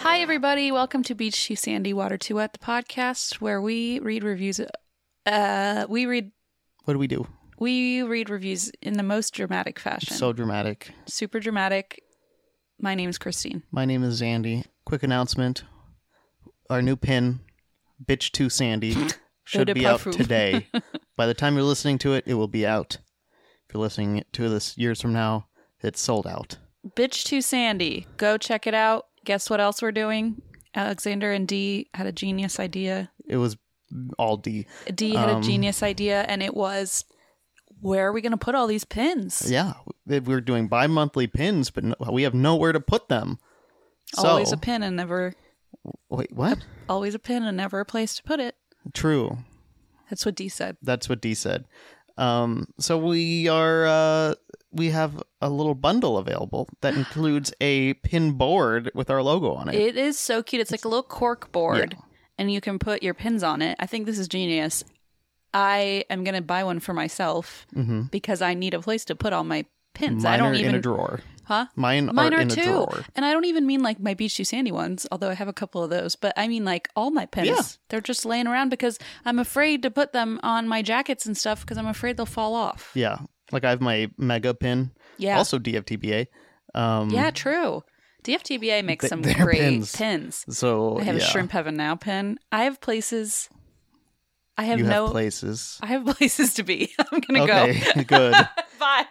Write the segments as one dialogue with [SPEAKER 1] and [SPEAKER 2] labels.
[SPEAKER 1] Hi, everybody. Welcome to Beach to Sandy, Water to Wet, the podcast where we read reviews. Uh, we read
[SPEAKER 2] What do we do?
[SPEAKER 1] we read reviews in the most dramatic fashion.
[SPEAKER 2] So dramatic.
[SPEAKER 1] super dramatic. My name's Christine.
[SPEAKER 2] My name is Zandy. Quick announcement. Our new pin, Bitch to Sandy,
[SPEAKER 1] Eau de
[SPEAKER 2] should be out
[SPEAKER 1] parfum.
[SPEAKER 2] today. By the time you're listening to it, it will be out. If you're listening to this years from now, it's sold out.
[SPEAKER 1] Bitch to Sandy. Go check it out. Guess what else we're doing? Alexander and Dee had a genius idea.
[SPEAKER 2] It was all D.
[SPEAKER 1] Dee had a
[SPEAKER 2] Um,
[SPEAKER 1] genius idea, and it was, where are we going to put all these pins?
[SPEAKER 2] Yeah. We were doing bi monthly pins, but no, we have nowhere to put them. So,
[SPEAKER 1] Always a pin and never,
[SPEAKER 2] Wait, what?
[SPEAKER 1] always a pin and never a place to put it.
[SPEAKER 2] True.
[SPEAKER 1] That's what Dee said.
[SPEAKER 2] That's what D said. Um, so we are uh, we have a little bundle available that includes a pin board with our logo on it.
[SPEAKER 1] It is so cute. It's like a little cork board, and you can put your pins on it. I think this is genius. I am gonna buy one for myself because I need a place to put all my pins.
[SPEAKER 2] Mm-hmm. Mine
[SPEAKER 1] I don't
[SPEAKER 2] are
[SPEAKER 1] even
[SPEAKER 2] in a drawer.
[SPEAKER 1] huh?
[SPEAKER 2] Mine,
[SPEAKER 1] Mine
[SPEAKER 2] are,
[SPEAKER 1] are
[SPEAKER 2] in
[SPEAKER 1] too,
[SPEAKER 2] a drawer.
[SPEAKER 1] and I don't even mean like my Beach Too Sandy ones, although I have a couple of those. But I mean like all my pins.
[SPEAKER 2] Yeah.
[SPEAKER 1] They're just laying around because I'm afraid to put them on my jackets and stuff because I'm afraid they'll fall off.
[SPEAKER 2] Yeah, like I have my mega pin.
[SPEAKER 1] Yeah.
[SPEAKER 2] Also DFTBA. Um,
[SPEAKER 1] Yeah, true. DFTBA makes
[SPEAKER 2] Th-
[SPEAKER 1] some
[SPEAKER 2] they're
[SPEAKER 1] great
[SPEAKER 2] pins.
[SPEAKER 1] pins.
[SPEAKER 2] So
[SPEAKER 1] I have
[SPEAKER 2] yeah,
[SPEAKER 1] a shrimp heaven now pin. I have places. I have
[SPEAKER 2] you
[SPEAKER 1] no.
[SPEAKER 2] have places.
[SPEAKER 1] I have places to be. I'm gonna
[SPEAKER 2] Okay, good.
[SPEAKER 1] go. Bye.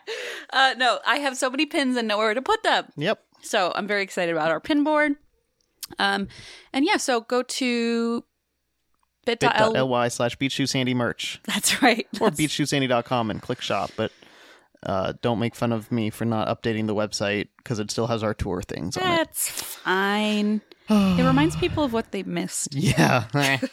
[SPEAKER 1] Uh, no, I have so many pins and nowhere to put them.
[SPEAKER 2] Yep.
[SPEAKER 1] So I'm very excited about our pin board. Um, and yeah, so go to bit.ly.
[SPEAKER 2] Bit.ly slash beach shoe sandy merch
[SPEAKER 1] That's right.
[SPEAKER 2] or beachshoesandy.com and click shop, but. Uh, don't make fun of me for not updating the website because it still has our tour things on it.
[SPEAKER 1] That's fine. it reminds people of what they missed.
[SPEAKER 2] Yeah.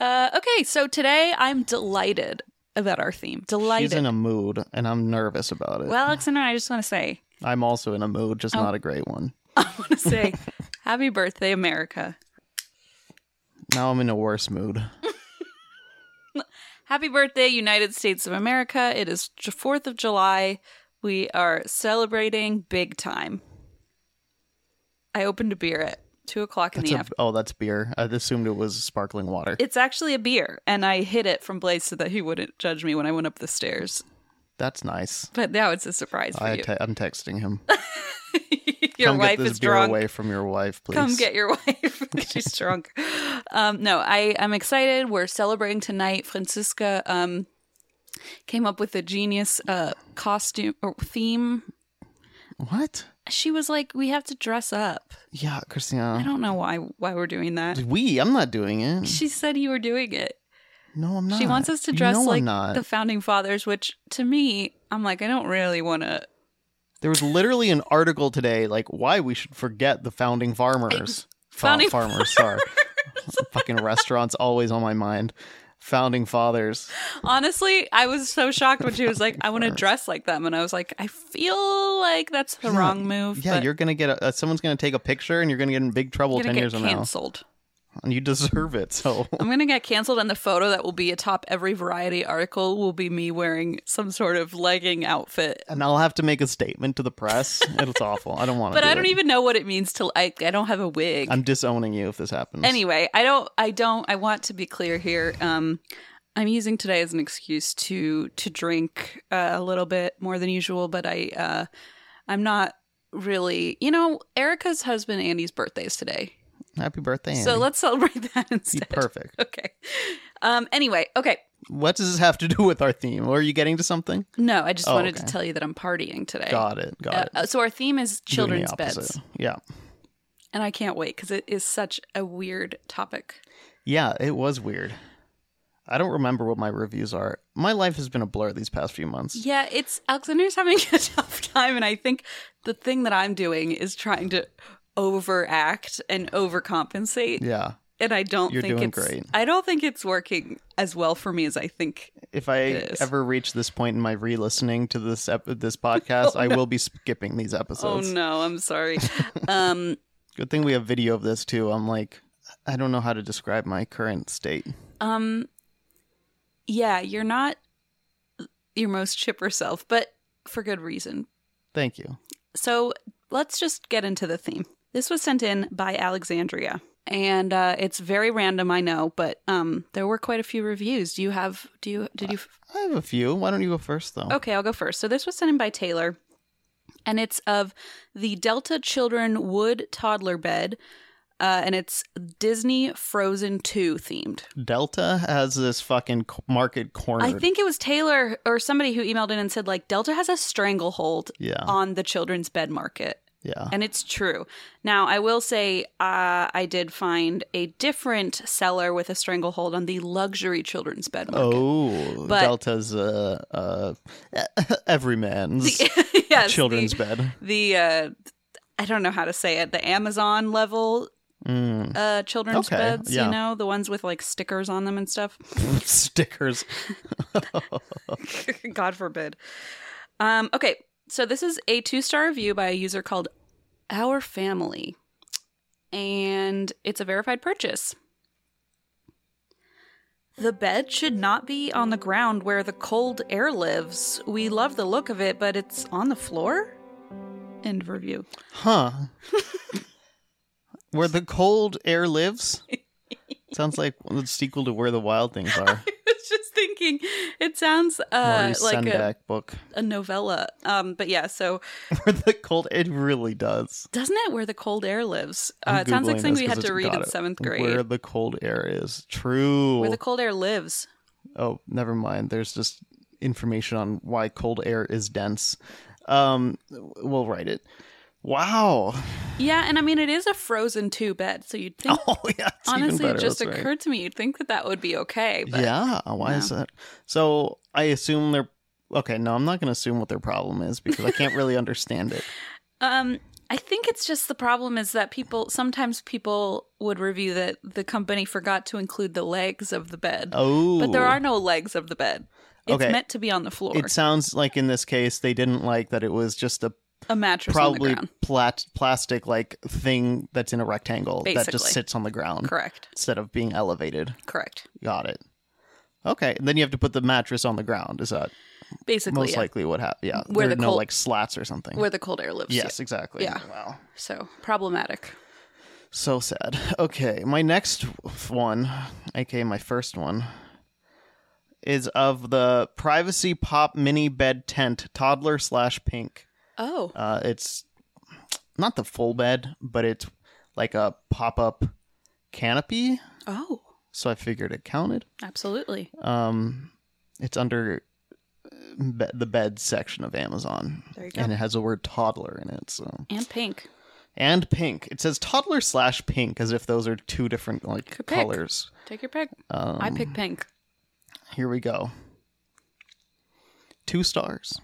[SPEAKER 1] Uh, okay, so today I'm delighted about our theme. Delighted.
[SPEAKER 2] She's in a mood, and I'm nervous about it.
[SPEAKER 1] well, Oh. Alexander, I just want to say,
[SPEAKER 2] I'm also in a mood, just not a great one.
[SPEAKER 1] want to say, happy birthday, America.
[SPEAKER 2] Now I'm in a worse mood.
[SPEAKER 1] Happy birthday, United States of America. It is J- 4th of July. We are celebrating big time. I opened a beer at 2 o'clock in
[SPEAKER 2] That's
[SPEAKER 1] the
[SPEAKER 2] a,
[SPEAKER 1] afternoon.
[SPEAKER 2] oh, that's beer. I assumed it was sparkling water.
[SPEAKER 1] It's actually a beer, and I hid it from Blaze so that he wouldn't judge me when I went up the stairs.
[SPEAKER 2] that's nice.
[SPEAKER 1] But now it's a surprise for
[SPEAKER 2] I
[SPEAKER 1] you.
[SPEAKER 2] te- I'm texting him.
[SPEAKER 1] Your
[SPEAKER 2] Come
[SPEAKER 1] wife
[SPEAKER 2] get this
[SPEAKER 1] is
[SPEAKER 2] beer
[SPEAKER 1] drunk.
[SPEAKER 2] away from your wife, please.
[SPEAKER 1] Come get your wife. She's drunk. Um, no, I, I'm excited. We're celebrating tonight. Francisca um, came up with a genius uh, costume or theme
[SPEAKER 2] what?
[SPEAKER 1] she was like, "We have to dress up."
[SPEAKER 2] Yeah,
[SPEAKER 1] I
[SPEAKER 2] Christina.
[SPEAKER 1] don't know why why we're doing that.
[SPEAKER 2] We. I'm not doing it.
[SPEAKER 1] She said you were doing it.
[SPEAKER 2] No, I'm not.
[SPEAKER 1] She wants us to
[SPEAKER 2] You
[SPEAKER 1] dress
[SPEAKER 2] know I'm
[SPEAKER 1] like
[SPEAKER 2] not.
[SPEAKER 1] the founding fathers, which to me, I'm like, I don't really want to.
[SPEAKER 2] there was literally an article today, like why we should forget the founding farmers. Fa-
[SPEAKER 1] Founding
[SPEAKER 2] farmers. Sorry. Fucking restaurants always on my mind. Founding fathers.
[SPEAKER 1] Honestly, I was so shocked when she was like, "I want to dress like them," and I was like, "I feel like that's the wrong move."
[SPEAKER 2] Yeah,
[SPEAKER 1] but
[SPEAKER 2] you're gonna get a, uh, someone's gonna take a picture, and you're gonna get in big trouble
[SPEAKER 1] I'm
[SPEAKER 2] ten
[SPEAKER 1] gonna
[SPEAKER 2] years
[SPEAKER 1] get
[SPEAKER 2] from now.
[SPEAKER 1] canceled.
[SPEAKER 2] And you deserve it. So
[SPEAKER 1] I'm gonna get canceled, and the photo that will be atop every variety article will be me wearing some sort of legging outfit
[SPEAKER 2] and I'll have to make a statement to the press. it's awful. I don't want to.
[SPEAKER 1] but I don't even know what it means to I, I don't have a wig.
[SPEAKER 2] I'm disowning you if this happens.
[SPEAKER 1] anyway, I don't I don't I want to be clear here. Um I'm using today as an excuse to to drink uh, a little bit more than usual, but I uh I'm not really, you know, Erica's husband Andy's birthday is today.
[SPEAKER 2] Happy birthday. Andy.
[SPEAKER 1] So let's celebrate that
[SPEAKER 2] Be
[SPEAKER 1] instead.
[SPEAKER 2] perfect.
[SPEAKER 1] Okay. Um anyway, okay.
[SPEAKER 2] What does this have to do with our theme? Are you getting to something?
[SPEAKER 1] No, I just
[SPEAKER 2] Oh,
[SPEAKER 1] wanted to
[SPEAKER 2] okay.
[SPEAKER 1] tell you that I'm partying today.
[SPEAKER 2] Got it. Got
[SPEAKER 1] Uh,
[SPEAKER 2] it.
[SPEAKER 1] uh, so our theme is
[SPEAKER 2] Doing the
[SPEAKER 1] children's
[SPEAKER 2] opposite.
[SPEAKER 1] beds,
[SPEAKER 2] Yeah.
[SPEAKER 1] and I can't wait because it is such a weird topic.
[SPEAKER 2] Yeah. It was weird. I don't remember what my reviews are. My life has been a blur these past few months.
[SPEAKER 1] Yeah, it's Alexander's having a tough time, and I think the thing that I'm doing is trying to overact and overcompensate,
[SPEAKER 2] Yeah.
[SPEAKER 1] and I don't
[SPEAKER 2] You're
[SPEAKER 1] think
[SPEAKER 2] doing
[SPEAKER 1] it's.
[SPEAKER 2] great.
[SPEAKER 1] I don't think it's working as well for me as I think.
[SPEAKER 2] If I
[SPEAKER 1] It is.
[SPEAKER 2] ever reach this point in my re-listening to this ep- this podcast, I will be skipping these
[SPEAKER 1] oh
[SPEAKER 2] episodes.
[SPEAKER 1] no, I'm sorry. um,
[SPEAKER 2] Good thing we have video of this too. I'm like, I don't know how to describe my current state.
[SPEAKER 1] um, yeah, you're not your most chipper self, but for good reason.
[SPEAKER 2] Thank you.
[SPEAKER 1] So let's just get into the theme. This was sent in by Alexandria, and uh, it's very random, I know, but um, there were quite a few reviews. Do you have? Do you? Did you?
[SPEAKER 2] I have a few. Why don't you go first though?
[SPEAKER 1] Okay, I'll go first. So this was sent in by Taylor, and it's of the Delta Children Wood Toddler Bed, uh, and it's Disney Frozen Two themed.
[SPEAKER 2] Delta has this fucking c- market cornered.
[SPEAKER 1] I think it was Taylor or somebody who emailed in and said like Delta has a stranglehold
[SPEAKER 2] Yeah.
[SPEAKER 1] on the children's bed market.
[SPEAKER 2] yeah.
[SPEAKER 1] And it's true. Now, I will say uh, I did find a different seller with a stranglehold on the luxury children's bed market.
[SPEAKER 2] Oh,
[SPEAKER 1] But-
[SPEAKER 2] Delta's uh, uh, every man's
[SPEAKER 1] yes,
[SPEAKER 2] children's
[SPEAKER 1] the,
[SPEAKER 2] bed.
[SPEAKER 1] The uh, I don't know how to say it. The Amazon level
[SPEAKER 2] Mm.
[SPEAKER 1] uh, children's
[SPEAKER 2] Okay,
[SPEAKER 1] beds,
[SPEAKER 2] yeah.
[SPEAKER 1] you know, the ones with like stickers on them and stuff.
[SPEAKER 2] Stickers.
[SPEAKER 1] God forbid. Um, okay, so this is a two star review by a user called Our Family, and it's a verified purchase. The bed should not be on the ground where the cold air lives. We love the look of it, but it's on the floor? End of review.
[SPEAKER 2] Huh. Where the cold air lives? Sounds like the sequel to Where the Wild Things Are.
[SPEAKER 1] I was just thinking, it sounds uh,
[SPEAKER 2] Maury
[SPEAKER 1] like a,
[SPEAKER 2] Sendak book.
[SPEAKER 1] a novella. Um, but yeah, so
[SPEAKER 2] Where the cold it really does.
[SPEAKER 1] doesn't it where the cold air lives? Uh,
[SPEAKER 2] I'm
[SPEAKER 1] it sounds like
[SPEAKER 2] Googling
[SPEAKER 1] something
[SPEAKER 2] this
[SPEAKER 1] we
[SPEAKER 2] 'cause
[SPEAKER 1] had to
[SPEAKER 2] it's
[SPEAKER 1] read
[SPEAKER 2] got
[SPEAKER 1] in
[SPEAKER 2] it.
[SPEAKER 1] seventh grade.
[SPEAKER 2] Where the cold air is. True.
[SPEAKER 1] where the cold air lives.
[SPEAKER 2] oh, never mind. There's just information on why cold air is dense. Um, we'll write it. Wow.
[SPEAKER 1] Yeah, and I mean it is a frozen two bed, so you'd think.
[SPEAKER 2] Oh yeah. It's even
[SPEAKER 1] honestly,
[SPEAKER 2] better.
[SPEAKER 1] it just
[SPEAKER 2] That's right.
[SPEAKER 1] occurred to me. You'd think that that would be okay, but
[SPEAKER 2] yeah. Why is that? So I assume they're okay. No, I'm not going to assume what their problem is because I can't really understand it.
[SPEAKER 1] um, I think it's just the problem is that people sometimes people would review that the company forgot to include the legs of the bed,
[SPEAKER 2] Oh,
[SPEAKER 1] but there are no legs of the bed. It's
[SPEAKER 2] Okay.
[SPEAKER 1] meant to be on the floor,
[SPEAKER 2] It sounds like in this case they didn't like that it was just a
[SPEAKER 1] a mattress on the
[SPEAKER 2] probably
[SPEAKER 1] ground.
[SPEAKER 2] plat- plastic like thing that's in a rectangle that just
[SPEAKER 1] Basically.
[SPEAKER 2] sits on the ground
[SPEAKER 1] Correct,
[SPEAKER 2] instead of being elevated.
[SPEAKER 1] correct.
[SPEAKER 2] Got it. Okay, and then you have to put the mattress on the ground. Is that
[SPEAKER 1] Basically,
[SPEAKER 2] most
[SPEAKER 1] yeah,
[SPEAKER 2] likely what happened? Yeah,
[SPEAKER 1] Where
[SPEAKER 2] there are
[SPEAKER 1] the
[SPEAKER 2] no
[SPEAKER 1] cold-
[SPEAKER 2] like slats or something.
[SPEAKER 1] where the cold air lives.
[SPEAKER 2] yes, exactly.
[SPEAKER 1] Yeah.
[SPEAKER 2] Wow.
[SPEAKER 1] so problematic.
[SPEAKER 2] So sad. Okay, my next one, aka my first one, is of the Privacy Pop Mini Bed Tent Toddler slash Pink.
[SPEAKER 1] Oh,
[SPEAKER 2] Uh, it's not the full bed, but it's like a pop up canopy.
[SPEAKER 1] oh,
[SPEAKER 2] So I figured it counted.
[SPEAKER 1] absolutely.
[SPEAKER 2] Um, it's under uh, be- the bed section of Amazon.
[SPEAKER 1] There you go.
[SPEAKER 2] And it has the word toddler in it. So
[SPEAKER 1] And pink.
[SPEAKER 2] and pink. It says toddler slash pink as if those are two different like
[SPEAKER 1] Could pick.
[SPEAKER 2] colors.
[SPEAKER 1] Take your pick.
[SPEAKER 2] Um,
[SPEAKER 1] I pick pink.
[SPEAKER 2] Here we go. Two stars.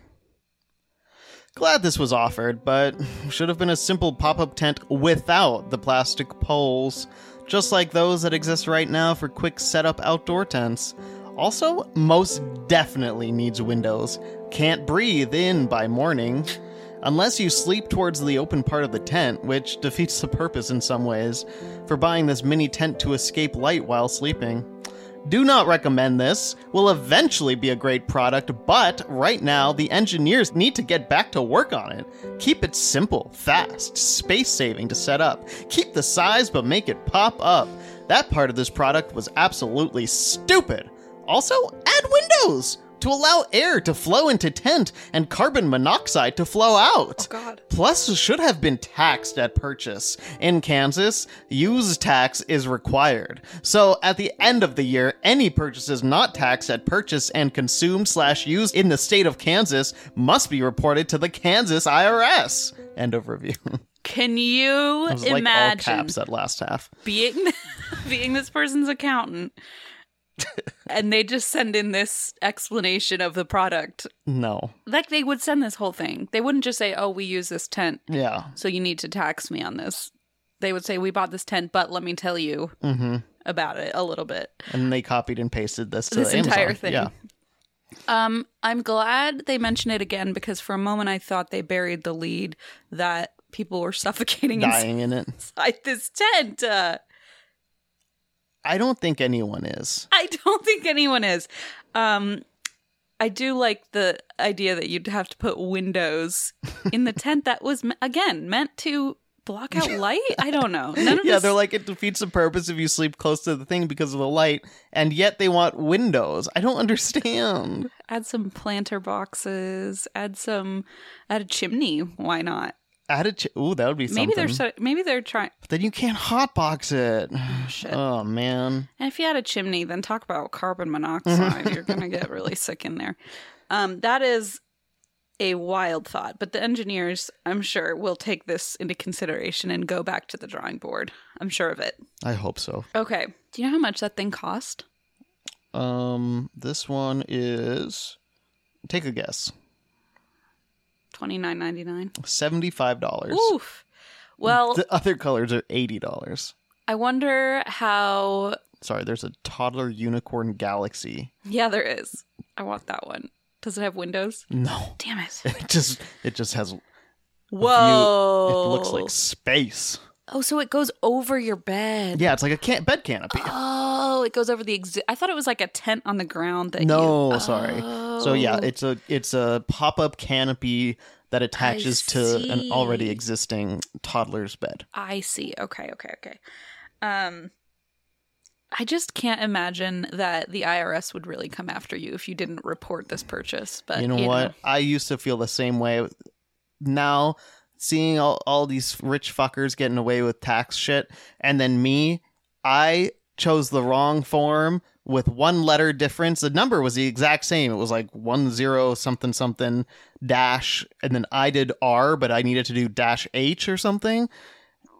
[SPEAKER 2] Glad this was offered, but should have been a simple pop up tent without the plastic poles, just like those that exist right now for quick setup outdoor tents. Also, most definitely needs windows. Can't breathe in by morning. Unless you sleep towards the open part of the tent, which defeats the purpose in some ways, for buying this mini tent to escape light while sleeping. Do not recommend this. Will eventually be a great product, but right now the engineers need to get back to work on it. Keep it simple, fast, space saving to set up. Keep the size but make it pop up. That part of this product was absolutely stupid. Also, add windows to allow air to flow into tent and carbon monoxide to flow out.
[SPEAKER 1] God.
[SPEAKER 2] Plus, should have been taxed at purchase. In Kansas, use tax is required. So, at the end of the year, any purchases not taxed at purchase and consumed slash used in the state of Kansas must be reported to the Kansas IRS. End of review.
[SPEAKER 1] Can you
[SPEAKER 2] it was like all
[SPEAKER 1] imagine
[SPEAKER 2] caps that last half.
[SPEAKER 1] being being this person's accountant? and they just send in this explanation of the product.
[SPEAKER 2] No.
[SPEAKER 1] Like they would send this whole thing. They wouldn't just say, "Oh, we use this tent,
[SPEAKER 2] Yeah.
[SPEAKER 1] so you need to tax me on this." They would say, "We bought this tent, but let me tell you
[SPEAKER 2] hmm
[SPEAKER 1] about it a little bit."
[SPEAKER 2] And they copied and pasted this to
[SPEAKER 1] this
[SPEAKER 2] Amazon.
[SPEAKER 1] entire thing.
[SPEAKER 2] Yeah.
[SPEAKER 1] Um, I'm glad they mention it again because for a moment I thought they buried the lead that people were suffocating
[SPEAKER 2] Dying in it.
[SPEAKER 1] inside this tent. Uh,
[SPEAKER 2] I don't think anyone is.
[SPEAKER 1] I don't think anyone is. Um, I do like the idea that you'd have to put windows in the tent that was me- again meant to block out light. I don't know. None of
[SPEAKER 2] Yeah,
[SPEAKER 1] this-
[SPEAKER 2] they're like it defeats the purpose if you sleep close to the thing because of the light, and yet they want windows. I don't understand.
[SPEAKER 1] add some planter boxes, add some, add a chimney. Why not?
[SPEAKER 2] Add a ch- ooh, that would be something.
[SPEAKER 1] Maybe they're so, maybe they're trying.
[SPEAKER 2] But then you can't hotbox it.
[SPEAKER 1] Shit.
[SPEAKER 2] Oh man.
[SPEAKER 1] And if you had a chimney, then talk about carbon monoxide. You're going to get really sick in there. Um, that is a wild thought, but the engineers, I'm sure, will take this into consideration and go back to the drawing board. I'm sure of it.
[SPEAKER 2] I hope so.
[SPEAKER 1] Okay. Do you know how much that thing cost?
[SPEAKER 2] Um, this one is take a guess.
[SPEAKER 1] Twenty nine ninety nine.
[SPEAKER 2] Seventy-five dollars.
[SPEAKER 1] Oof. Well,
[SPEAKER 2] The other colors are eighty dollars.
[SPEAKER 1] I wonder how.
[SPEAKER 2] Sorry, there's a toddler unicorn galaxy.
[SPEAKER 1] Yeah, there is. I want that one. Does it have windows?
[SPEAKER 2] No,
[SPEAKER 1] Damn it.
[SPEAKER 2] it just it just has.
[SPEAKER 1] Whoa.
[SPEAKER 2] It looks like space.
[SPEAKER 1] Oh, so it goes over your bed.
[SPEAKER 2] Yeah, it's like a can- bed canopy.
[SPEAKER 1] Oh, it goes over the exi- I thought it was like a tent on the ground that
[SPEAKER 2] no,
[SPEAKER 1] you-
[SPEAKER 2] sorry. So yeah,
[SPEAKER 1] Oh.
[SPEAKER 2] it's a it's a pop-up canopy that attaches to an already
[SPEAKER 1] see.
[SPEAKER 2] existing toddler's bed.
[SPEAKER 1] I see. Okay, okay, okay. Um I just can't imagine that the IRS would really come after you if you didn't report this purchase. But
[SPEAKER 2] you know what? I used to feel the same way. Now, seeing all, all these rich fuckers getting away with tax shit, and then me, I chose the wrong form with one letter difference. The number was the exact same. It was like one zero something something dash, and then I did R, but I needed to do dash H or something.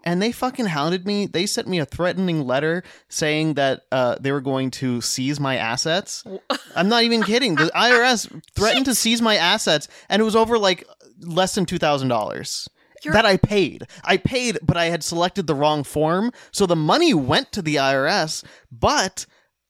[SPEAKER 2] And they fucking hounded me. They sent me a threatening letter saying that uh, they were going to seize my assets. I'm not even kidding. The IRS threatened to seize my assets, and it was over like less than two thousand dollars
[SPEAKER 1] You're-
[SPEAKER 2] that I paid. I paid, but I had selected the wrong form, so the money went to the IRS. But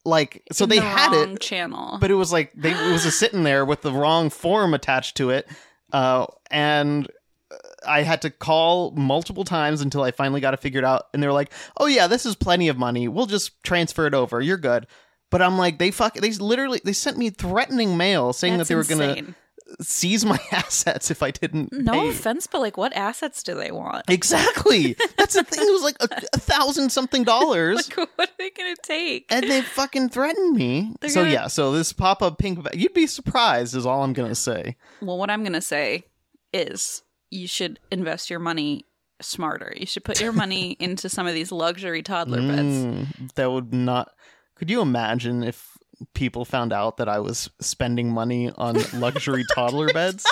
[SPEAKER 2] like, so they had it,
[SPEAKER 1] channel.
[SPEAKER 2] but it was like they it was a sitting there with the wrong form attached to it, uh, and. uh, I had to call multiple times until I finally got it figured out. And they were like, "Oh yeah, this is plenty of money. We'll just transfer it over. You're good." But I'm like, they fuck. They literally they sent me threatening mail saying
[SPEAKER 1] That's
[SPEAKER 2] that they were going
[SPEAKER 1] insane.
[SPEAKER 2] to seize my assets if I didn't.
[SPEAKER 1] No
[SPEAKER 2] pay.
[SPEAKER 1] offense, but like what assets do they want?
[SPEAKER 2] Exactly. That's the thing. It was like a, a thousand something dollars.
[SPEAKER 1] Like what are they gonna take?
[SPEAKER 2] And they fucking threatened me.
[SPEAKER 1] They're
[SPEAKER 2] So
[SPEAKER 1] gonna-
[SPEAKER 2] yeah, so this pop up pink, va- you'd be surprised, is all I'm gonna say.
[SPEAKER 1] Well, what I'm going to say is you should invest your money smarter. You should put your money into some of these luxury toddler beds.
[SPEAKER 2] Mm, that would not. Could you imagine if people found out that I was spending money on luxury toddler beds?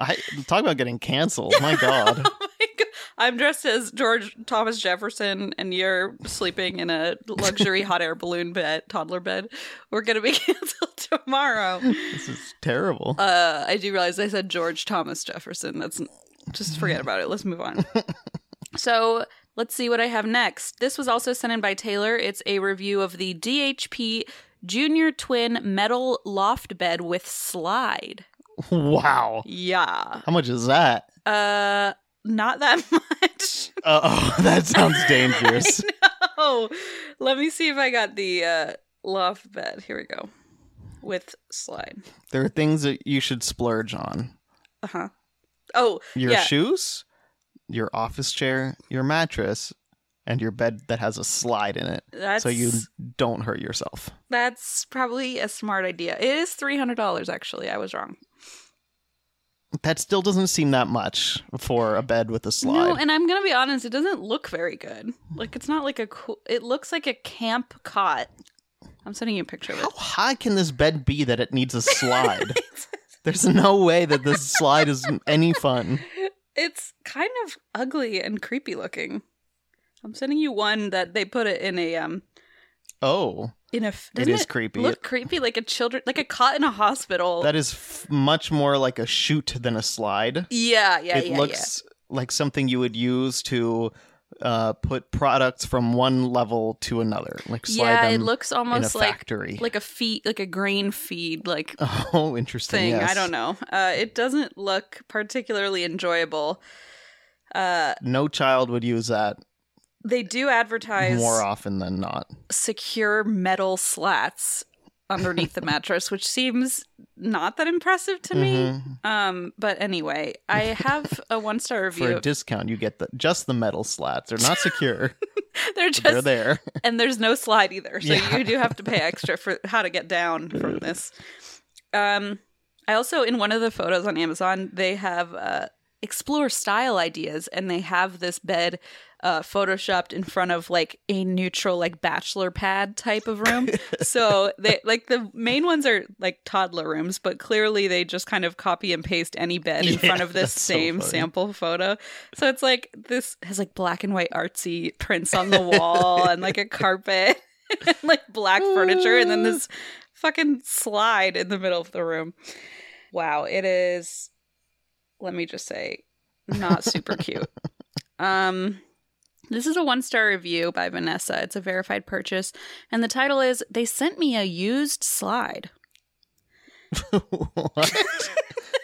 [SPEAKER 2] I talk about getting canceled. My God.
[SPEAKER 1] Oh my God. I'm dressed as George Thomas Jefferson, and you're sleeping in a luxury hot air balloon bed, toddler bed. We're gonna be canceled tomorrow.
[SPEAKER 2] This is terrible.
[SPEAKER 1] Uh, I do realize I said George Thomas Jefferson. That's just forget about it. Let's move on. so let's see what I have next. This was also sent in by Taylor. It's a review of the DHP Junior Twin Metal Loft Bed with Slide.
[SPEAKER 2] wow.
[SPEAKER 1] Yeah.
[SPEAKER 2] How much is that?
[SPEAKER 1] Uh, not that much.
[SPEAKER 2] Uh oh, that sounds dangerous.
[SPEAKER 1] oh, let me see if I got the uh, loft bed. Here we go. With slide.
[SPEAKER 2] There are things that you should splurge on
[SPEAKER 1] Uh huh. Oh,
[SPEAKER 2] your
[SPEAKER 1] yeah.
[SPEAKER 2] shoes, your office chair, your mattress, and your bed that has a slide in it
[SPEAKER 1] That's
[SPEAKER 2] so you don't hurt yourself.
[SPEAKER 1] That's probably a smart idea. It is three hundred dollars, actually. I was wrong.
[SPEAKER 2] That still doesn't seem that much for a bed with a slide.
[SPEAKER 1] No, and I'm gonna be honest. It doesn't look very good. Like it's not like a cool. It looks like a camp cot. I'm sending you a picture of it.
[SPEAKER 2] How high can this bed be that it needs a slide? There's no way that this slide is any fun.
[SPEAKER 1] It's kind of ugly and creepy looking. I'm sending you one that they put it in a um
[SPEAKER 2] Oh,
[SPEAKER 1] in a f-
[SPEAKER 2] It
[SPEAKER 1] doesn't
[SPEAKER 2] is creepy.
[SPEAKER 1] Look creepy, like a children, like a cot in a hospital.
[SPEAKER 2] That is f- much more like a chute than a slide.
[SPEAKER 1] yeah, yeah,
[SPEAKER 2] it
[SPEAKER 1] yeah,
[SPEAKER 2] looks like something you would use to uh, put products from one level to another, like
[SPEAKER 1] yeah.
[SPEAKER 2] slide
[SPEAKER 1] Yeah,
[SPEAKER 2] them
[SPEAKER 1] it looks almost
[SPEAKER 2] in a
[SPEAKER 1] like
[SPEAKER 2] factory.
[SPEAKER 1] like a feed, like a grain feed, like
[SPEAKER 2] oh, interesting.
[SPEAKER 1] thing.
[SPEAKER 2] yes.
[SPEAKER 1] I don't know. Uh, it doesn't look particularly enjoyable. Uh,
[SPEAKER 2] No child would use that
[SPEAKER 1] they do advertise
[SPEAKER 2] more often than not.
[SPEAKER 1] secure metal slats underneath the mattress, which seems not that impressive to me.
[SPEAKER 2] Mhm.
[SPEAKER 1] Um, but anyway, I have a one star
[SPEAKER 2] For
[SPEAKER 1] review.
[SPEAKER 2] a discount, you get the just the metal slats. They're not secure.
[SPEAKER 1] They're
[SPEAKER 2] but
[SPEAKER 1] just
[SPEAKER 2] they're there.
[SPEAKER 1] and there's no slide either, so
[SPEAKER 2] Yeah.
[SPEAKER 1] you do have to pay extra for how to get down from this. Um, I also in one of the photos on Amazon they have uh, explore style ideas, and they have this bed uh, photoshopped in front of like a neutral like bachelor pad type of room. so they like the main ones are like toddler rooms, but clearly they just kind of copy and paste any bed in
[SPEAKER 2] Yeah,
[SPEAKER 1] front of this
[SPEAKER 2] that's so
[SPEAKER 1] same
[SPEAKER 2] funny.
[SPEAKER 1] sample photo. So it's like this has like black and white artsy prints on the wall and like a carpet and like black furniture and then this fucking slide in the middle of the room. Wow, it is let me just say not super cute. Um this is a one-star review by Vanessa. It's a verified purchase and the title is They sent me a used slide.
[SPEAKER 2] what?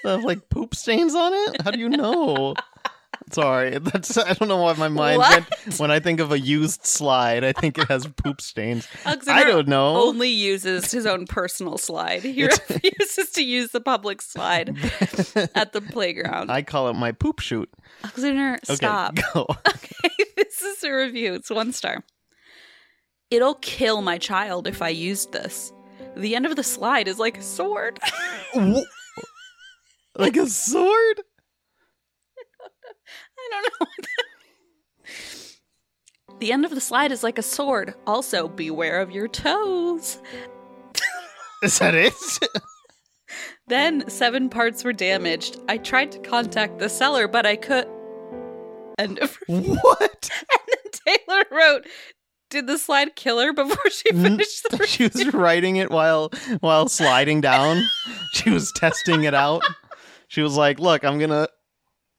[SPEAKER 2] They have, like poop stains on it? How do you know? Sorry, that's I don't know why my mind
[SPEAKER 1] What?
[SPEAKER 2] went when I think of a used slide, I think it has poop stains. I
[SPEAKER 1] Alexander
[SPEAKER 2] don't know.
[SPEAKER 1] only uses his own personal slide. He refuses to use the public slide at the playground.
[SPEAKER 2] I call it my poop shoot.
[SPEAKER 1] Alexander,
[SPEAKER 2] Okay,
[SPEAKER 1] stop.
[SPEAKER 2] go.
[SPEAKER 1] Okay, this is a review. It's one star. It'll kill my child if I used this. The end of the slide is like a sword.
[SPEAKER 2] Wha- like a sword?
[SPEAKER 1] I don't know. what that- the end of the slide is like a sword. Also, beware of your toes.
[SPEAKER 2] Is that it?
[SPEAKER 1] Then seven parts were damaged. I tried to contact the seller, but I could. End of
[SPEAKER 2] what?
[SPEAKER 1] Taylor wrote, "Did the slide kill her before she
[SPEAKER 2] Mm.
[SPEAKER 1] finished the?"
[SPEAKER 2] She was writing it while while sliding down. She was testing it out. She was like, "Look, I'm gonna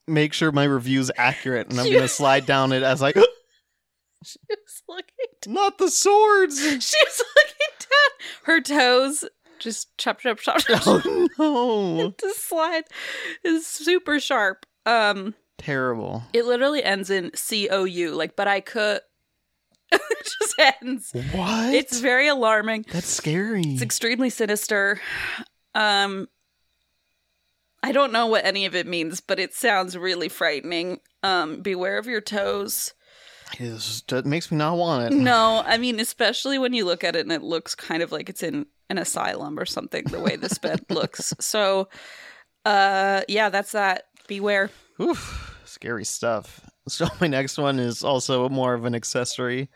[SPEAKER 2] make sure my review's accurate, and I'm gonna slide down it as like
[SPEAKER 1] She was looking.
[SPEAKER 2] not the swords."
[SPEAKER 1] She was looking down. Her toes just chop chop chop. chop.
[SPEAKER 2] Oh no!
[SPEAKER 1] the slide is super sharp. Um,
[SPEAKER 2] Terrible.
[SPEAKER 1] it literally ends in C O U. Like, but I could. it just ends.
[SPEAKER 2] What?
[SPEAKER 1] It's very alarming.
[SPEAKER 2] that's scary.
[SPEAKER 1] It's extremely sinister. Um I don't know what any of it means, but it sounds really frightening. Um beware of your toes.
[SPEAKER 2] It is- it makes me not want it.
[SPEAKER 1] No, I mean especially when you look at it and it looks kind of like it's in an asylum or something the way this bed looks. So uh yeah, that's that. Beware.
[SPEAKER 2] Oof, scary stuff. So my next one is also more of an accessory.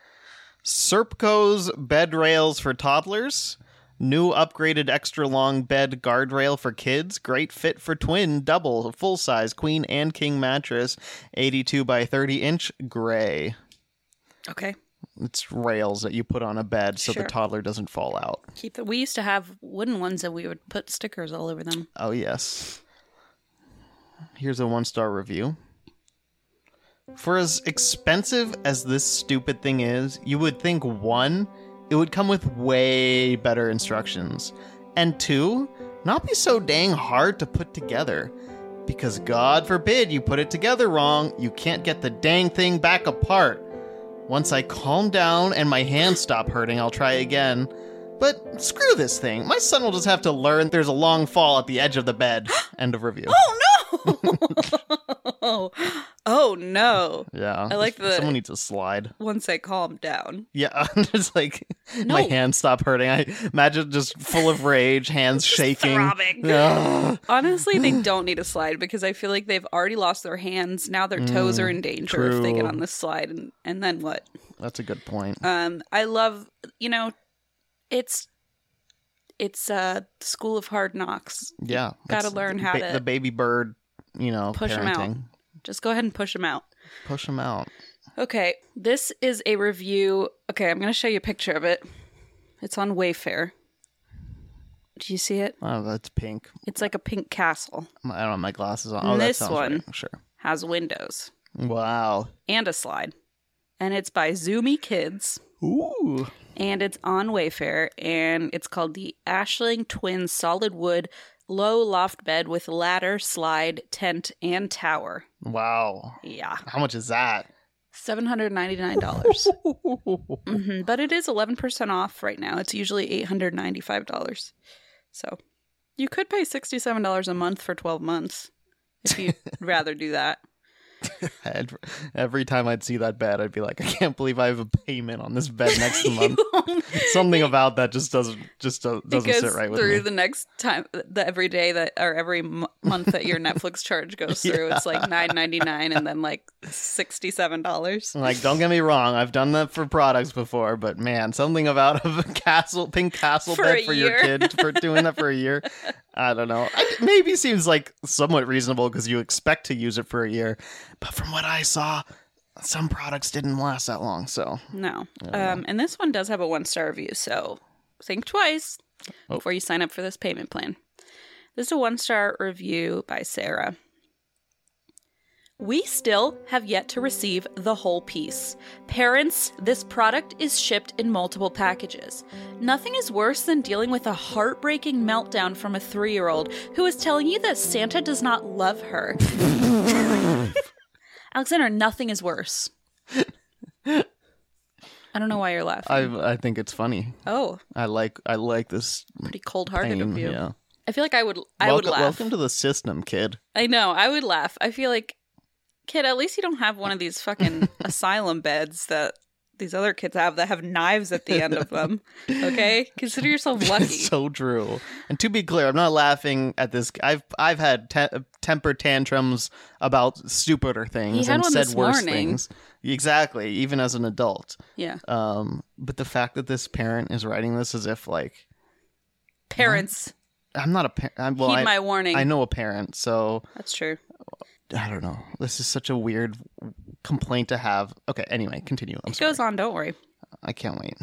[SPEAKER 2] Serpco's bed rails for toddlers. New upgraded extra long bed guardrail for kids. Great fit for twin, double, full size, queen and king mattress. 82 by 30 inch gray.
[SPEAKER 1] Okay.
[SPEAKER 2] It's rails that you put on a bed so
[SPEAKER 1] Sure.
[SPEAKER 2] the toddler doesn't fall out.
[SPEAKER 1] Keep the We used to have wooden ones that we would put stickers all over them.
[SPEAKER 2] Oh, yes. Here's a one star review. For as expensive as this stupid thing is, you would think one, it would come with way better instructions, and two, not be so dang hard to put together. Because God forbid you put it together wrong, you can't get the dang thing back apart. Once I calm down and my hands stop hurting, I'll try again. But screw this thing. My son will just have to learn there's a long fall at the edge of the bed. End of review.
[SPEAKER 1] Oh no. oh no.
[SPEAKER 2] Yeah.
[SPEAKER 1] I like the-
[SPEAKER 2] Someone needs a slide.
[SPEAKER 1] Once I calm down.
[SPEAKER 2] Yeah, it's like my
[SPEAKER 1] No.
[SPEAKER 2] hands stop hurting. I imagine just full of rage, hands shaking.
[SPEAKER 1] throbbing.
[SPEAKER 2] Ugh.
[SPEAKER 1] Honestly, they don't need a slide because I feel like they've already lost their hands. Now their toes
[SPEAKER 2] Mm,
[SPEAKER 1] are in danger if they get
[SPEAKER 2] true.
[SPEAKER 1] on this slide, and and then what?
[SPEAKER 2] That's a good point.
[SPEAKER 1] Um, I love you know, it's it's uh the school of hard knocks.
[SPEAKER 2] Yeah.
[SPEAKER 1] gotta
[SPEAKER 2] it's
[SPEAKER 1] learn
[SPEAKER 2] the
[SPEAKER 1] how
[SPEAKER 2] ba-
[SPEAKER 1] to
[SPEAKER 2] the baby bird, you know,
[SPEAKER 1] push 'em out.
[SPEAKER 2] parenting.
[SPEAKER 1] Just go ahead and push them out.
[SPEAKER 2] Push them out.
[SPEAKER 1] Okay, this is a review. Okay, I'm gonna show you a picture of it. It's on Wayfair. Do you see it?
[SPEAKER 2] Oh, that's pink.
[SPEAKER 1] It's like a pink castle.
[SPEAKER 2] I don't have my glasses on. Oh, that
[SPEAKER 1] This
[SPEAKER 2] sounds
[SPEAKER 1] one.
[SPEAKER 2] right. Sure.
[SPEAKER 1] Has windows
[SPEAKER 2] Wow.
[SPEAKER 1] and a slide. And it's by Zoomy Kids.
[SPEAKER 2] Ooh.
[SPEAKER 1] and it's on Wayfair, and it's called the Ashling Twins Solid Wood Low Loft Bed with Ladder, Slide, Tent, and Tower.
[SPEAKER 2] Wow.
[SPEAKER 1] Yeah,
[SPEAKER 2] How much is that?
[SPEAKER 1] seven hundred ninety nine dollars. hmm But it is eleven percent off right now. It's usually eight hundred ninety five dollars, so you could pay sixty seven dollars a month for twelve months if you'd rather do that.
[SPEAKER 2] I'd- Every time I'd see that bed, I'd be like, I can't believe I have a payment on this bed next month. Something about that just doesn't just do-
[SPEAKER 1] It
[SPEAKER 2] doesn't
[SPEAKER 1] goes
[SPEAKER 2] sit right with
[SPEAKER 1] through
[SPEAKER 2] me.
[SPEAKER 1] the next time, the every day that or every m- month that your Netflix charge goes through, it's like nine ninety nine and then like sixty seven dollars.
[SPEAKER 2] like, don't get me wrong, I've done that for products before, but man, something about a castle pink castle
[SPEAKER 1] For a
[SPEAKER 2] bed for your
[SPEAKER 1] year.
[SPEAKER 2] kid for doing that for a year. I don't know. I- Maybe seems like somewhat reasonable because you expect to use it for a year, but from what I saw, some products didn't last that long. So
[SPEAKER 1] No,
[SPEAKER 2] Oh,
[SPEAKER 1] um, and this one does have a one star review, so think twice
[SPEAKER 2] Oh.
[SPEAKER 1] before you sign up for this payment plan. This is a one star review by Sarah. We still have yet to receive the whole piece. Parents, this product is shipped in multiple packages. Nothing is worse than dealing with a heartbreaking meltdown from a three year old who is telling you that Santa does not love her. Alexander, nothing is worse. I don't know why you're laughing.
[SPEAKER 2] I I think it's funny.
[SPEAKER 1] oh,
[SPEAKER 2] I like I like this
[SPEAKER 1] pretty cold hearted
[SPEAKER 2] pain.
[SPEAKER 1] of you.
[SPEAKER 2] Yeah.
[SPEAKER 1] I feel like I would I would
[SPEAKER 2] welcome,
[SPEAKER 1] laugh.
[SPEAKER 2] welcome to the system, kid.
[SPEAKER 1] I know, I would laugh. I feel like kid, at least you don't have one of these fucking asylum beds that these other kids have that have knives at the end of them. Okay? Consider yourself lucky.
[SPEAKER 2] It's so true. And to be clear, I'm not laughing at this. I've I've had te- temper tantrums about stupider things
[SPEAKER 1] had
[SPEAKER 2] and
[SPEAKER 1] one
[SPEAKER 2] said
[SPEAKER 1] this
[SPEAKER 2] worse
[SPEAKER 1] morning.
[SPEAKER 2] things. Exactly, even as an adult.
[SPEAKER 1] yeah.
[SPEAKER 2] Um, but the fact that this parent is writing this as if like
[SPEAKER 1] Parents,
[SPEAKER 2] I'm not a parent. Well,
[SPEAKER 1] heed
[SPEAKER 2] I,
[SPEAKER 1] my warning.
[SPEAKER 2] I know a parent, so
[SPEAKER 1] That's true.
[SPEAKER 2] I don't know. This is such a weird complaint to have. Okay, anyway, continue. I'm
[SPEAKER 1] It
[SPEAKER 2] sorry.
[SPEAKER 1] goes on, don't worry.
[SPEAKER 2] I can't wait.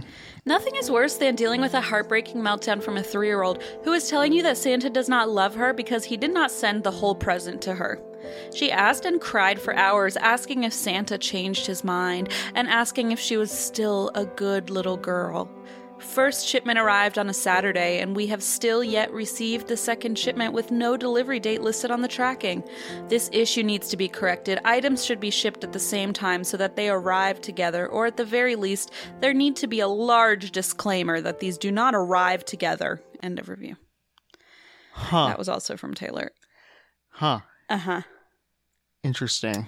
[SPEAKER 1] Nothing is worse than dealing with a heartbreaking meltdown from a three year old who is telling you that Santa does not love her because he did not send the whole present to her. She asked and cried for hours, asking if Santa changed his mind and asking if she was still a good little girl. First shipment arrived on a Saturday, and we have still yet received the second shipment with no delivery date listed on the tracking. This issue needs to be corrected. Items should be shipped at the same time so that they arrive together, or at the very least, there need to be a large disclaimer that these do not arrive together. End of review.
[SPEAKER 2] Huh?
[SPEAKER 1] That was also from Taylor.
[SPEAKER 2] Huh?
[SPEAKER 1] Uh huh.
[SPEAKER 2] Interesting.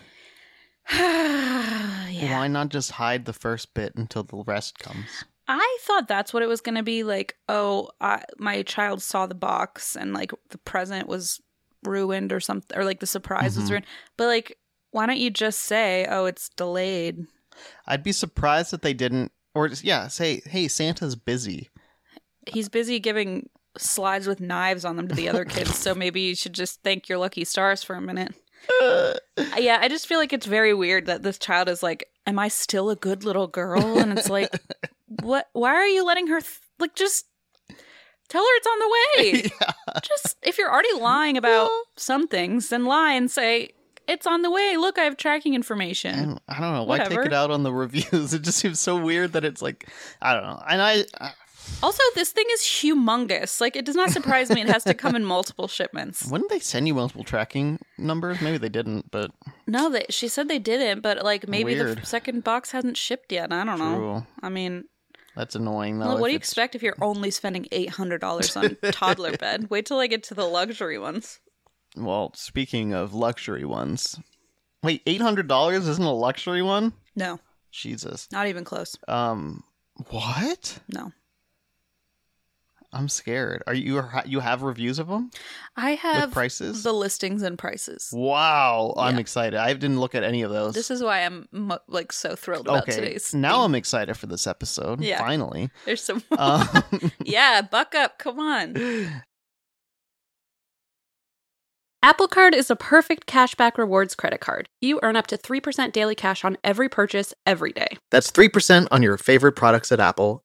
[SPEAKER 1] yeah.
[SPEAKER 2] Why not just hide the first bit until the rest comes?
[SPEAKER 1] I thought that's what it was going to be like, oh, I, my child saw the box and like the present was ruined or something, or like the surprise was
[SPEAKER 2] Mhm.
[SPEAKER 1] ruined. But like, why don't you just say, oh, it's delayed?
[SPEAKER 2] I'd be surprised that they didn't, or just, yeah, say, hey, Santa's busy.
[SPEAKER 1] He's busy giving slides with knives on them to the other kids, so maybe you should just thank your lucky stars for a minute. Uh. yeah, I just feel like it's very weird that this child is like, am I still a good little girl? And it's like, what? Why are you letting her, th- like, just tell her it's on the way?
[SPEAKER 2] yeah.
[SPEAKER 1] just if you're already lying about some things, then lie and say it's on the way. Look, I have tracking information.
[SPEAKER 2] And I don't know why take
[SPEAKER 1] Whatever.
[SPEAKER 2] it out on the reviews. It just seems so weird that it's like, I don't know. And I, I
[SPEAKER 1] Also, this thing is humongous. Like, it does not surprise me. It has to come in multiple shipments.
[SPEAKER 2] wouldn't they send you multiple tracking numbers? Maybe they didn't, but
[SPEAKER 1] No, they, she said they didn't, but like maybe the
[SPEAKER 2] Weird.
[SPEAKER 1] f- second box hasn't shipped yet. I don't know.
[SPEAKER 2] true.
[SPEAKER 1] I mean,
[SPEAKER 2] That's annoying though.
[SPEAKER 1] look,
[SPEAKER 2] if
[SPEAKER 1] what do you
[SPEAKER 2] it's-
[SPEAKER 1] expect if you're only spending eight hundred dollars on toddler bed? Wait till I get to the luxury ones.
[SPEAKER 2] Well, speaking of luxury ones, wait, eight hundred dollars isn't a luxury one.
[SPEAKER 1] No,
[SPEAKER 2] Jesus.
[SPEAKER 1] not even close.
[SPEAKER 2] Um, what?
[SPEAKER 1] No,
[SPEAKER 2] I'm scared. Are you you have reviews of them
[SPEAKER 1] I have
[SPEAKER 2] with prices?
[SPEAKER 1] the listings and prices.
[SPEAKER 2] Wow, I'm
[SPEAKER 1] Yeah.
[SPEAKER 2] excited. I didn't look at any of those.
[SPEAKER 1] This is why I'm mo- like so thrilled about today's.
[SPEAKER 2] now I'm excited for this episode.
[SPEAKER 1] Yeah.
[SPEAKER 2] Finally.
[SPEAKER 1] There's some.
[SPEAKER 2] Um,
[SPEAKER 1] yeah, buck up. Come on. Apple Card is a perfect cashback rewards credit card. You earn up to 3% daily cash on every purchase every day.
[SPEAKER 2] that's 3% on your favorite products at Apple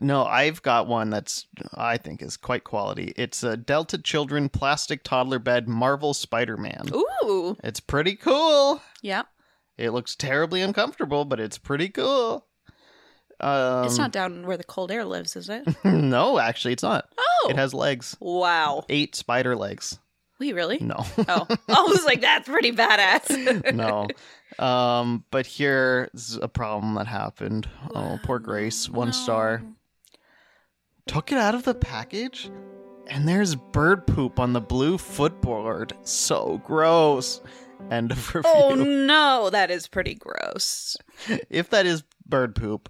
[SPEAKER 2] No, I've got one that's I think is quite quality. It's a Delta Children plastic toddler bed Marvel Spider-Man.
[SPEAKER 1] Ooh.
[SPEAKER 2] It's pretty cool.
[SPEAKER 1] Yeah.
[SPEAKER 2] It looks terribly uncomfortable, but it's pretty cool. Um,
[SPEAKER 1] it's not down where the cold air lives, is it?
[SPEAKER 2] no, actually, it's not.
[SPEAKER 1] Oh.
[SPEAKER 2] It has legs.
[SPEAKER 1] wow.
[SPEAKER 2] Eight spider legs.
[SPEAKER 1] We really?
[SPEAKER 2] No.
[SPEAKER 1] Oh. I was like, that's pretty badass.
[SPEAKER 2] no. Um, but here's a problem that happened. Oh, poor Grace. One
[SPEAKER 1] No.
[SPEAKER 2] star. Took it out of the package, and there's bird poop on the blue footboard. So gross. End of review.
[SPEAKER 1] Oh no, that is pretty gross.
[SPEAKER 2] If that is bird poop,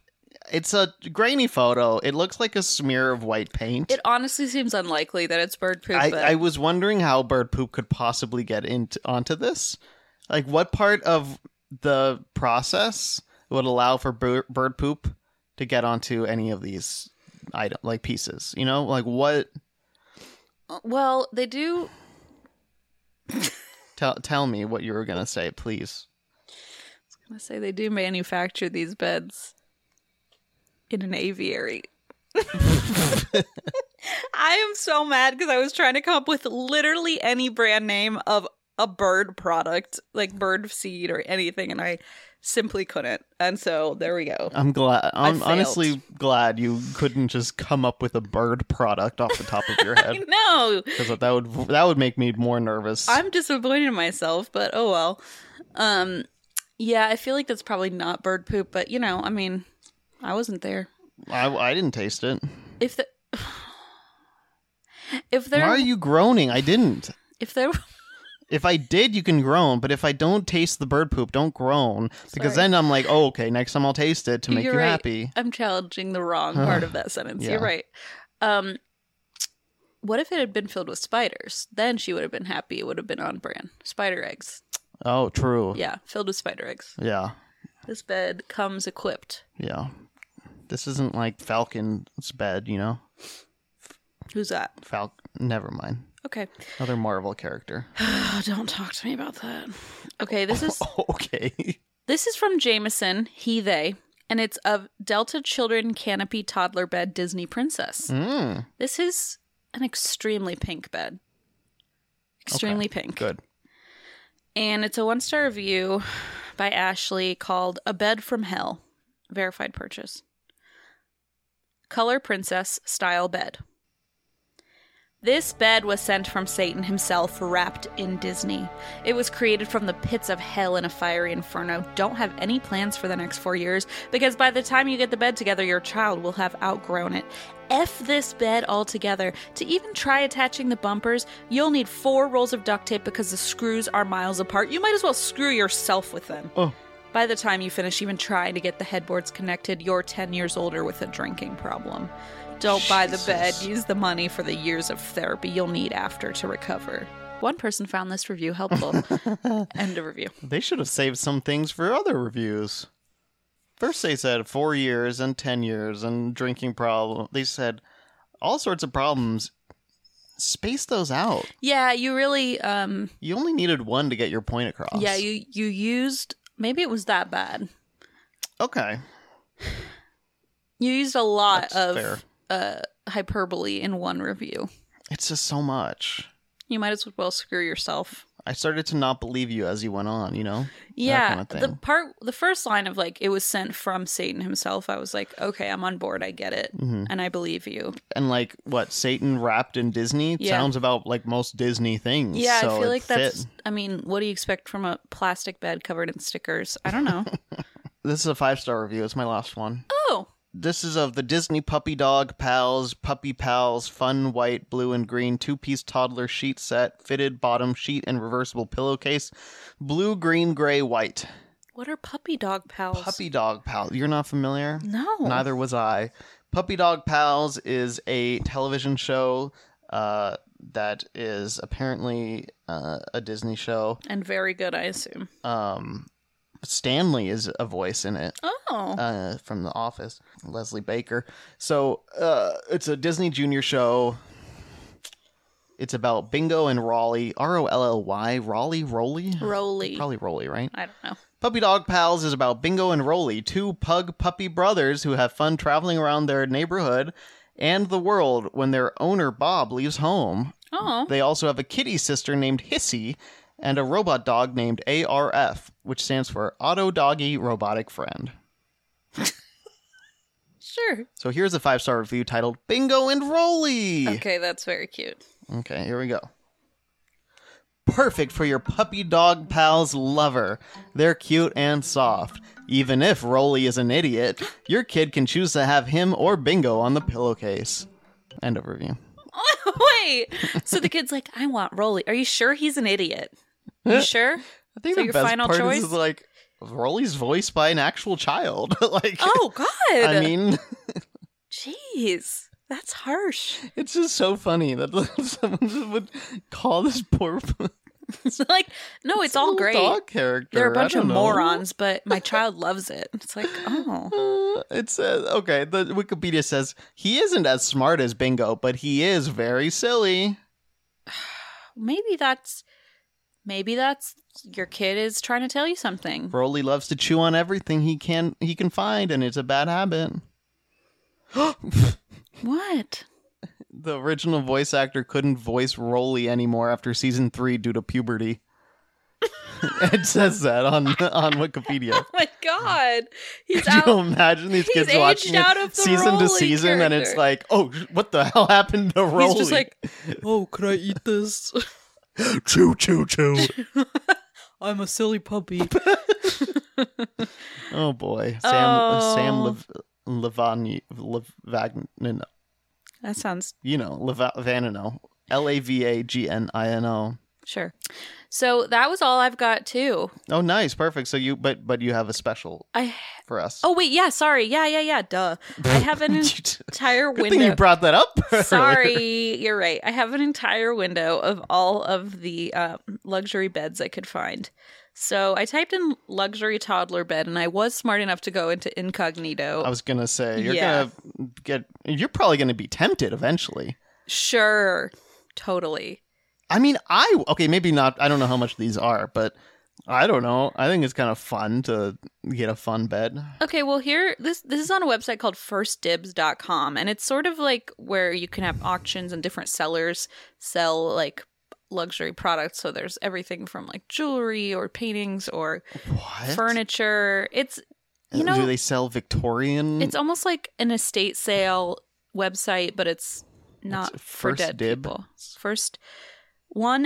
[SPEAKER 2] it's a grainy photo. It looks like a smear of white paint.
[SPEAKER 1] It honestly seems unlikely that it's bird poop,
[SPEAKER 2] I,
[SPEAKER 1] but
[SPEAKER 2] I was wondering how bird poop could possibly get into onto this. Like, what part of the process would allow for bir- bird poop to get onto any of these item like pieces? You know, like what?
[SPEAKER 1] well, they do
[SPEAKER 2] Tell tell me what you were gonna say, please.
[SPEAKER 1] I say they do manufacture these beds in an aviary. I am so mad because I was trying to come up with literally any brand name of a bird product, like bird seed or anything, and I simply couldn't. And so there we go.
[SPEAKER 2] I'm glad. I'm
[SPEAKER 1] failed.
[SPEAKER 2] honestly glad you couldn't just come up with a bird product off the top of your head
[SPEAKER 1] No,
[SPEAKER 2] because that would that would make me more nervous.
[SPEAKER 1] I'm disappointed in myself, but oh well. Um, yeah, I feel like that's probably not bird poop, but you know, I mean, I wasn't there.
[SPEAKER 2] I, I didn't taste it.
[SPEAKER 1] If the if there
[SPEAKER 2] Why are you groaning? I didn't.
[SPEAKER 1] if there
[SPEAKER 2] If I did, you can groan, but if I don't taste the bird poop, don't groan because
[SPEAKER 1] Sorry.
[SPEAKER 2] then I'm like, oh, okay, next time I'll taste it to make
[SPEAKER 1] You're
[SPEAKER 2] you
[SPEAKER 1] right.
[SPEAKER 2] happy.
[SPEAKER 1] I'm challenging the wrong part of that sentence. You're
[SPEAKER 2] Yeah.
[SPEAKER 1] right. Um, what if it had been filled with spiders? Then she would have been happy. It would have been on brand. Spider eggs.
[SPEAKER 2] Oh, true.
[SPEAKER 1] Yeah, filled with spider eggs.
[SPEAKER 2] Yeah,
[SPEAKER 1] This bed comes equipped.
[SPEAKER 2] yeah. This isn't like Falcon's bed, you know.
[SPEAKER 1] Who's that?
[SPEAKER 2] Falcon. Never mind.
[SPEAKER 1] Okay.
[SPEAKER 2] Another Marvel character.
[SPEAKER 1] don't talk to me about that. Okay, this is
[SPEAKER 2] okay.
[SPEAKER 1] This is from Jameson, he, they, and it's of Delta Children Canopy Toddler Bed Disney Princess.
[SPEAKER 2] Mm,
[SPEAKER 1] This is an extremely pink bed. Extremely pink.
[SPEAKER 2] good.
[SPEAKER 1] And it's a one star review by Ashley called A Bed from Hell. Verified purchase. Color Princess Style Bed. This bed was sent from Satan himself, wrapped in Disney. It was created from the pits of hell in a fiery inferno. Don't have any plans for the next four years because by the time you get the bed together, your child will have outgrown it. F this bed altogether. To even try attaching the bumpers, you'll need four rolls of duct tape because the screws are miles apart. You might as well screw yourself with them.
[SPEAKER 2] Oh.
[SPEAKER 1] By the time you finish even trying to get the headboards connected, you're 10 years older with a drinking problem. Don't buy the bed. Use the money for the years of therapy you'll need after to recover. One person found this review helpful. End of review.
[SPEAKER 2] They should have saved some things for other reviews. First, they said four years and ten years and drinking problem. They said all sorts of problems. Space those out.
[SPEAKER 1] Yeah, you really um
[SPEAKER 2] You only needed one to get your point across.
[SPEAKER 1] yeah, you you used maybe it was that bad.
[SPEAKER 2] Okay.
[SPEAKER 1] You used a lot
[SPEAKER 2] That's
[SPEAKER 1] of
[SPEAKER 2] fair.
[SPEAKER 1] uh hyperbole in one review.
[SPEAKER 2] It's just so much.
[SPEAKER 1] You might as well screw yourself.
[SPEAKER 2] I started to not believe you as you went on, you know?
[SPEAKER 1] Yeah,
[SPEAKER 2] kinda
[SPEAKER 1] the
[SPEAKER 2] thing.
[SPEAKER 1] part the first line of like it was sent from Satan himself. I was like, okay, I'm on board. I get it,
[SPEAKER 2] Mm-hmm.
[SPEAKER 1] and I believe you.
[SPEAKER 2] And like what, Satan wrapped in Disney
[SPEAKER 1] Yeah.
[SPEAKER 2] sounds about like most Disney things.
[SPEAKER 1] Yeah,
[SPEAKER 2] so
[SPEAKER 1] I feel
[SPEAKER 2] it
[SPEAKER 1] like
[SPEAKER 2] fit.
[SPEAKER 1] that's. I mean, what do you expect from a plastic bed covered in stickers? I don't know.
[SPEAKER 2] This is a five star review. It's my last one.
[SPEAKER 1] oh,
[SPEAKER 2] This is of the Disney Puppy Dog Pals, Puppy Pals, fun white, blue, and green two piece toddler sheet set, fitted bottom sheet and reversible pillowcase, blue, green, gray, white.
[SPEAKER 1] what are puppy dog pals?
[SPEAKER 2] Puppy Dog Pals. You're not familiar?
[SPEAKER 1] No.
[SPEAKER 2] Neither was I. Puppy Dog Pals is a television show uh, that is apparently uh, a Disney show.
[SPEAKER 1] And very good, I assume.
[SPEAKER 2] Um, Stanley is a voice in it
[SPEAKER 1] Oh.
[SPEAKER 2] uh, from The Office, Leslie Baker. So uh, it's a Disney Junior show. It's about Bingo and Raleigh, R O L L Y, Raleigh, Roly,
[SPEAKER 1] Roly.
[SPEAKER 2] probably Roly, right?
[SPEAKER 1] I don't know.
[SPEAKER 2] Puppy Dog Pals is about Bingo and Roly, two pug puppy brothers who have fun traveling around their neighborhood and the world when their owner Bob leaves home.
[SPEAKER 1] Oh.
[SPEAKER 2] They also have a kitty sister named Hissy and a robot dog named ARF, which stands for Auto Doggy Robotic Friend.
[SPEAKER 1] Sure.
[SPEAKER 2] So here's a five star review titled Bingo and Roly.
[SPEAKER 1] Okay, that's very cute.
[SPEAKER 2] Okay, here we go. Perfect for your puppy dog pal's lover. They're cute and soft. Even if Roly is an idiot, your kid can choose to have him or Bingo on the pillowcase. End of review.
[SPEAKER 1] Oh, wait. So the kid's like, I want Roly. Are you sure he's an idiot? You sure?
[SPEAKER 2] I think
[SPEAKER 1] So
[SPEAKER 2] the
[SPEAKER 1] your
[SPEAKER 2] best
[SPEAKER 1] final
[SPEAKER 2] part
[SPEAKER 1] choice?
[SPEAKER 2] is like Roly's voiced by an actual child. like,
[SPEAKER 1] Oh, God.
[SPEAKER 2] I mean,
[SPEAKER 1] jeez. That's harsh.
[SPEAKER 2] it's just so funny that someone just would call this poor
[SPEAKER 1] It's like, no, it's all
[SPEAKER 2] little
[SPEAKER 1] great.
[SPEAKER 2] dog character.
[SPEAKER 1] They're a
[SPEAKER 2] I
[SPEAKER 1] bunch of
[SPEAKER 2] don't know.
[SPEAKER 1] morons, but my child loves it. It's like, oh.
[SPEAKER 2] Uh, it says okay the wikipedia says he isn't as smart as bingo but he is very silly
[SPEAKER 1] maybe that's maybe that's your kid is trying to tell you something.
[SPEAKER 2] broly loves to chew on everything he can he can find and it's a bad habit
[SPEAKER 1] What?
[SPEAKER 2] the original voice actor couldn't voice roly anymore after season three due to puberty it says that on on wikipedia
[SPEAKER 1] Oh my god. He's
[SPEAKER 2] could you
[SPEAKER 1] out.
[SPEAKER 2] imagine these
[SPEAKER 1] He's
[SPEAKER 2] kids watching
[SPEAKER 1] aged out
[SPEAKER 2] it
[SPEAKER 1] of the
[SPEAKER 2] season to
[SPEAKER 1] Rolly
[SPEAKER 2] season and it's
[SPEAKER 1] character.
[SPEAKER 2] like oh sh- what the hell happened to roly
[SPEAKER 1] He's just like, "Oh, could I eat this?
[SPEAKER 3] Choo choo choo.
[SPEAKER 1] I'm a silly puppy."
[SPEAKER 2] Oh boy, Sam
[SPEAKER 1] Oh.
[SPEAKER 2] Sam Lev- Levani Levagnino,
[SPEAKER 1] That sounds
[SPEAKER 2] you know Levanino, L A V A G N I N O.
[SPEAKER 1] sure. So that was all I've got too.
[SPEAKER 2] Oh, nice, perfect. So you, but but you have a special
[SPEAKER 1] I
[SPEAKER 2] for us.
[SPEAKER 1] Oh wait, yeah, sorry. Yeah, yeah, yeah. Duh. I have an
[SPEAKER 2] You t-
[SPEAKER 1] entire
[SPEAKER 2] good
[SPEAKER 1] window.
[SPEAKER 2] thing you brought that up. earlier.
[SPEAKER 1] Sorry, you're right. I have an entire window of all of the uh, luxury beds I could find. So I typed in luxury toddler bed, and I was smart enough to go into incognito.
[SPEAKER 2] I was gonna say you're
[SPEAKER 1] Yeah.
[SPEAKER 2] gonna get. You're probably gonna be tempted eventually.
[SPEAKER 1] sure, totally.
[SPEAKER 2] I mean, I okay, maybe not. I don't know how much these are, but I don't know. I think it's kind of fun to get a fun bed.
[SPEAKER 1] Okay, well here this this is on a website called firstdibs.com and it's sort of like where you can have auctions and different sellers sell like luxury products so there's everything from like jewelry or paintings or
[SPEAKER 2] What
[SPEAKER 1] furniture. It's you know
[SPEAKER 2] do they sell Victorian?
[SPEAKER 1] It's almost like an estate sale website, but it's not
[SPEAKER 2] It's
[SPEAKER 1] for
[SPEAKER 2] First
[SPEAKER 1] dead
[SPEAKER 2] Dib.
[SPEAKER 1] people. First one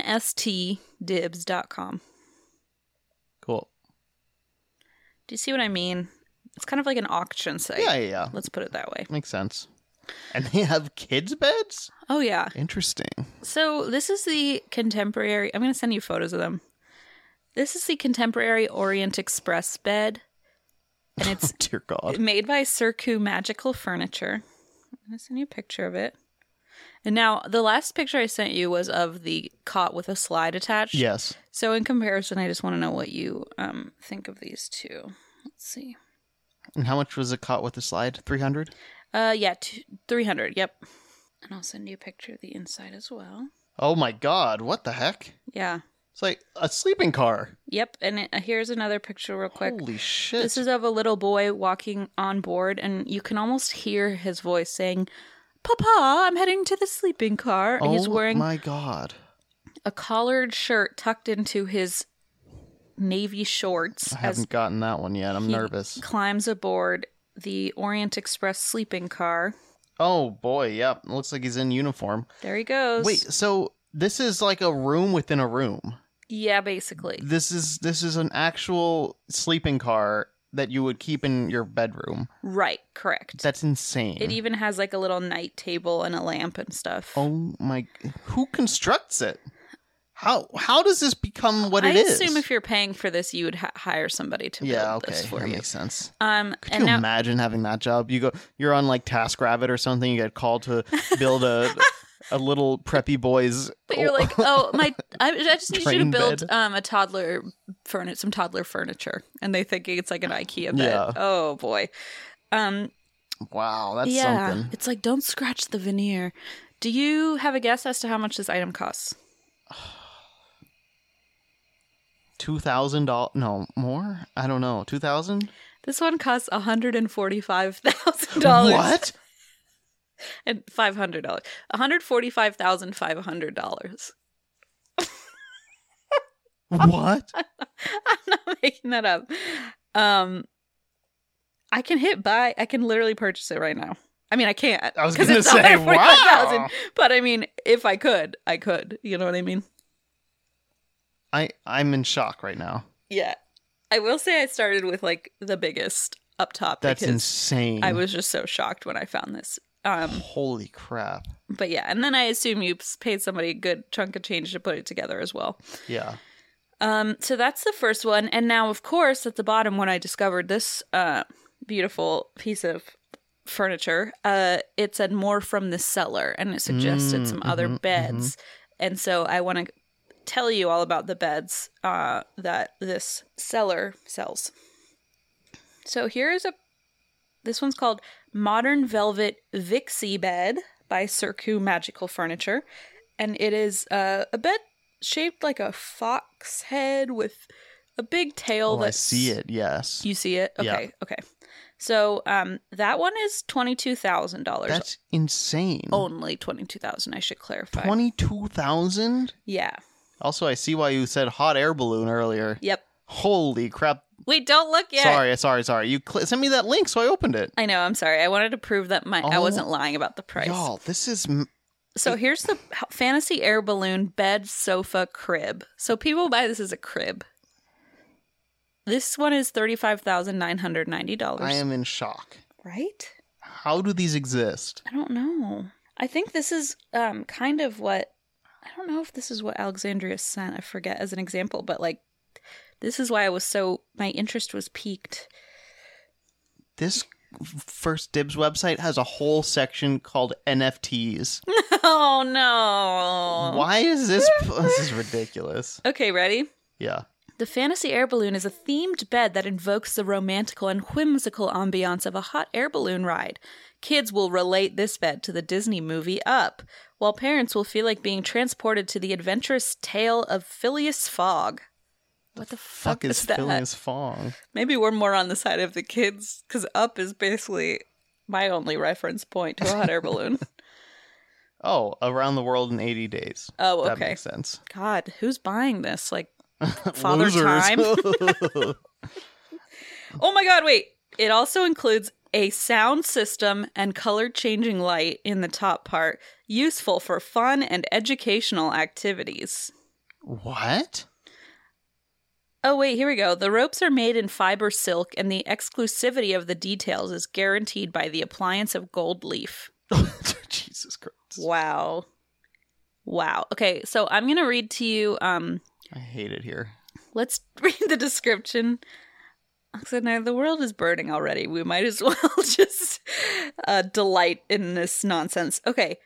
[SPEAKER 1] stdibs.com.
[SPEAKER 2] cool.
[SPEAKER 1] Do you see what I mean? It's kind of like an auction site.
[SPEAKER 2] Yeah, yeah, yeah.
[SPEAKER 1] Let's put it that way.
[SPEAKER 2] Makes sense. And they have kids' beds?
[SPEAKER 1] Oh yeah.
[SPEAKER 2] Interesting.
[SPEAKER 1] So this is the contemporary. I'm going to send you photos of them. This is the contemporary Orient Express bed, and it's
[SPEAKER 2] Dear Oh God.
[SPEAKER 1] made by Circu Magical Furniture. I'm gonna send you a picture of it. And now the last picture I sent you was of the cot with a slide attached.
[SPEAKER 2] Yes.
[SPEAKER 1] So in comparison, I just want to know what you um think of these two. Let's see.
[SPEAKER 2] And how much was it caught with the slide? 300?
[SPEAKER 1] Uh, yeah, two, three hundred. Yep. And I'll send you a picture of the inside as well.
[SPEAKER 2] Oh my God. What the heck?
[SPEAKER 1] Yeah.
[SPEAKER 2] It's like a sleeping car.
[SPEAKER 1] Yep. And it, uh, here's another picture, real quick.
[SPEAKER 2] Holy shit.
[SPEAKER 1] This is of a little boy walking on board, and you can almost hear his voice saying, "Papa, I'm heading to the sleeping car." And
[SPEAKER 2] oh
[SPEAKER 1] he's wearing
[SPEAKER 2] my God.
[SPEAKER 1] a collared shirt tucked into his navy shorts
[SPEAKER 2] I
[SPEAKER 1] as
[SPEAKER 2] haven't gotten that one yet. I'm
[SPEAKER 1] he
[SPEAKER 2] nervous.
[SPEAKER 1] climbs aboard the Orient Express sleeping car.
[SPEAKER 2] Oh boy. Yep. Looks like he's in uniform.
[SPEAKER 1] There he goes.
[SPEAKER 2] Wait, so this is like a room within a room.
[SPEAKER 1] Yeah, basically.
[SPEAKER 2] This is this is an actual sleeping car that you would keep in your bedroom.
[SPEAKER 1] Right, correct.
[SPEAKER 2] That's insane.
[SPEAKER 1] it even has like a little night table and a lamp and stuff.
[SPEAKER 2] Oh my! Who constructs it? How how does this become what
[SPEAKER 1] I
[SPEAKER 2] it is?
[SPEAKER 1] assume if you're paying for this, you would ha- hire somebody to build
[SPEAKER 2] yeah, okay,
[SPEAKER 1] this for
[SPEAKER 2] that
[SPEAKER 1] you.
[SPEAKER 2] makes sense.
[SPEAKER 1] Um,
[SPEAKER 2] Could
[SPEAKER 1] and
[SPEAKER 2] you
[SPEAKER 1] now
[SPEAKER 2] imagine having that job? You go, you're on like TaskRabbit or something. You get called to build a a little preppy boys.
[SPEAKER 1] But you're like, oh my! "Oh, I, I just need you to
[SPEAKER 2] Train
[SPEAKER 1] build
[SPEAKER 2] bed.
[SPEAKER 1] um, a toddler furniture, some toddler furniture, and they think it's like an IKEA bed.
[SPEAKER 2] Yeah.
[SPEAKER 1] Oh boy. Um,
[SPEAKER 2] Wow, that's
[SPEAKER 1] yeah,
[SPEAKER 2] something.
[SPEAKER 1] it's like don't scratch the veneer. Do you have a guess as to how much this item costs?
[SPEAKER 2] Two thousand dollars? No, more? I don't know. Two thousand?
[SPEAKER 1] This one costs one hundred and forty-five thousand dollars.
[SPEAKER 2] What?
[SPEAKER 1] And five hundred dollars. One hundred forty-five thousand five hundred dollars.
[SPEAKER 2] What?
[SPEAKER 1] I'm not making that up. Um, I can hit buy. I can literally purchase it right now. I mean, I can't.
[SPEAKER 2] I was
[SPEAKER 1] 'cause
[SPEAKER 2] gonna
[SPEAKER 1] it's
[SPEAKER 2] say,
[SPEAKER 1] $145,000,
[SPEAKER 2] wow.
[SPEAKER 1] But I mean, if I could, I could. You know what I mean?
[SPEAKER 2] I I'm in shock right now.
[SPEAKER 1] Yeah. I will say I started with like the biggest up top.
[SPEAKER 2] That's
[SPEAKER 1] because
[SPEAKER 2] insane.
[SPEAKER 1] I was just so shocked when I found this. Um,
[SPEAKER 2] Holy crap.
[SPEAKER 1] but yeah, and then I assume you paid somebody a good chunk of change to put it together as well.
[SPEAKER 2] Yeah.
[SPEAKER 1] Um, so that's the first one, and now, of course, at the bottom, when I discovered this uh, beautiful piece of furniture, uh, it said "more from the cellar," and it suggested
[SPEAKER 2] Mm,
[SPEAKER 1] some other
[SPEAKER 2] mhm,
[SPEAKER 1] beds. And so I want to tell you all about the beds uh, that this seller sells. So here's a. This one's called Modern Velvet Vixie Bed by Circu Magical Furniture, and it is uh, a bed shaped like a fox head with a big tail.
[SPEAKER 2] Oh, I
[SPEAKER 1] that's-
[SPEAKER 2] see it. Yes.
[SPEAKER 1] You see it?
[SPEAKER 2] Yeah.
[SPEAKER 1] Okay. Okay. So um, that one is twenty two thousand dollars.
[SPEAKER 2] That's insane.
[SPEAKER 1] Only twenty two thousand. I should clarify.
[SPEAKER 2] Twenty-two thousand.
[SPEAKER 1] Yeah.
[SPEAKER 2] Also, I see why you said hot air balloon earlier.
[SPEAKER 1] Yep.
[SPEAKER 2] Holy crap!
[SPEAKER 1] Wait, don't look yet.
[SPEAKER 2] Sorry, sorry, sorry. You cl- sent me that link, so I opened it.
[SPEAKER 1] I know. I'm sorry. I wanted to prove that my I
[SPEAKER 2] Oh.
[SPEAKER 1] wasn't lying about the price.
[SPEAKER 2] Y'all, this is m-
[SPEAKER 1] So here's the h- fantasy air balloon bed sofa crib. So people buy this as a crib. This one is thirty five thousand nine hundred ninety dollars.
[SPEAKER 2] I am in shock.
[SPEAKER 1] right.
[SPEAKER 2] How do these exist?
[SPEAKER 1] I don't know. I think this is um kind of what I don't know if this is what Alexandria sent. I forget as an example, but like this is why I was so my interest was piqued.
[SPEAKER 2] This f- first dibs website has a whole section called NFTs.
[SPEAKER 1] Oh no.
[SPEAKER 2] Why is this? this is ridiculous.
[SPEAKER 1] Okay, ready?
[SPEAKER 2] Yeah.
[SPEAKER 1] The fantasy air balloon is a themed bed that invokes the romantical and whimsical ambiance of a hot air balloon ride. Kids will relate this bed to the Disney movie Up, while parents will feel like being transported to the adventurous tale of Phileas Fogg. What the fuck,
[SPEAKER 2] Fuck is
[SPEAKER 1] that?
[SPEAKER 2] Phileas Fogg.
[SPEAKER 1] Maybe we're more on the side of the kids because Up is basically my only reference point to a hot air balloon.
[SPEAKER 2] Oh, around the world in 80 days.
[SPEAKER 1] Oh,
[SPEAKER 2] That
[SPEAKER 1] okay.
[SPEAKER 2] makes sense.
[SPEAKER 1] God, who's buying this? Like Father Time. Oh my god, wait. It also includes a sound system and color changing light in the top part, useful for fun and educational activities.
[SPEAKER 2] what?
[SPEAKER 1] Oh, wait, here we go. The ropes are made in fiber silk, and the exclusivity of the details is guaranteed by the appliance of gold leaf.
[SPEAKER 2] Jesus Christ.
[SPEAKER 1] Wow. Wow. Okay, so I'm going to read to you um,
[SPEAKER 2] I hate it here.
[SPEAKER 1] Let's read the description. Oxana, the world is burning already. We might as well just uh, delight in this nonsense. Okay,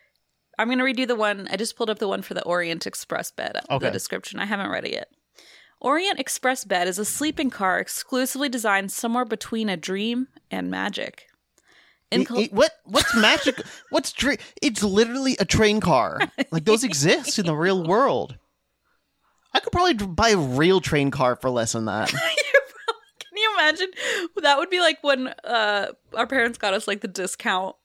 [SPEAKER 1] I'm going to redo the one. I just pulled up the one for the Orient Express bed, uh,
[SPEAKER 2] Okay.
[SPEAKER 1] the description. I haven't read it yet. Orient Express bed is a sleeping car exclusively designed somewhere between a dream and magic. In
[SPEAKER 2] I-
[SPEAKER 1] col-
[SPEAKER 2] I- what? What's magic? what's dra- It's literally a train car. Like those exist in the real world. I could probably dr- buy a real train car for less than that.
[SPEAKER 1] Can you imagine? That would be like when uh, our parents got us like the discount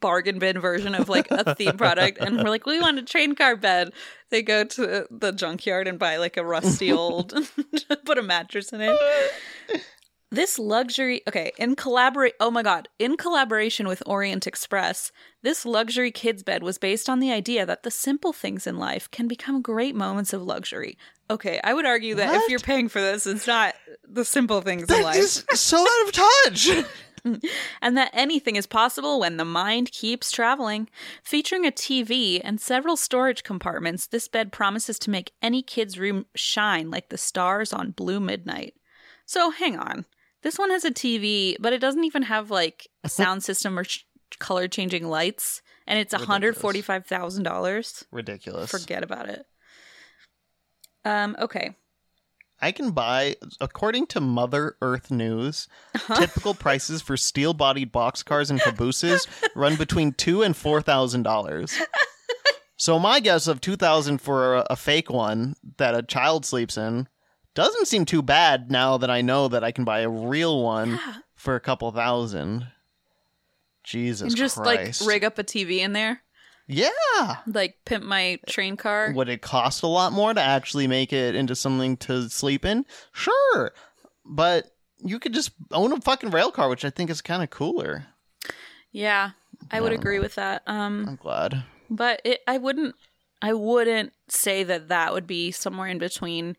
[SPEAKER 1] bargain bin version of like a theme product, and we're like, we want a train car bed. They go to the junkyard and buy like a rusty old, put a mattress in it. This luxury, okay, in collaborate. Oh my god, in collaboration with Orient Express, this luxury kids bed was based on the idea that the simple things in life can become great moments of luxury. Okay, I would argue that if
[SPEAKER 2] What?
[SPEAKER 1] you're paying for this, it's not the simple things in
[SPEAKER 2] That
[SPEAKER 1] life,
[SPEAKER 2] is so out of touch.
[SPEAKER 1] and that anything is possible when the mind keeps traveling. Featuring a TV and several storage compartments, this bed promises to make any kid's room shine like the stars on blue midnight. So hang on. This one has a TV, but it doesn't even have like a sound system or sh- color changing lights, and it's
[SPEAKER 2] Ridiculous.
[SPEAKER 1] $145,000.
[SPEAKER 2] Ridiculous.
[SPEAKER 1] Forget about it. Um, okay.
[SPEAKER 2] I can buy, according to Mother Earth News,
[SPEAKER 1] Uh-huh.
[SPEAKER 2] typical prices for steel-bodied boxcars and cabooses run between two and four thousand dollars. So my guess of two thousand for a, a fake one that a child sleeps in doesn't seem too bad now that I know that I can buy a real one for a couple thousand. Jesus
[SPEAKER 1] and just
[SPEAKER 2] Christ!
[SPEAKER 1] like rig up a TV in there,
[SPEAKER 2] yeah.
[SPEAKER 1] like pimp my train car.
[SPEAKER 2] Would it cost a lot more to actually make it into something to sleep in? Sure. But you could just own a fucking rail car, which I think is kind of cooler.
[SPEAKER 1] Yeah, I would agree with that. Um,
[SPEAKER 2] I'm glad.
[SPEAKER 1] but it, I wouldn't. I wouldn't say that that would be somewhere in between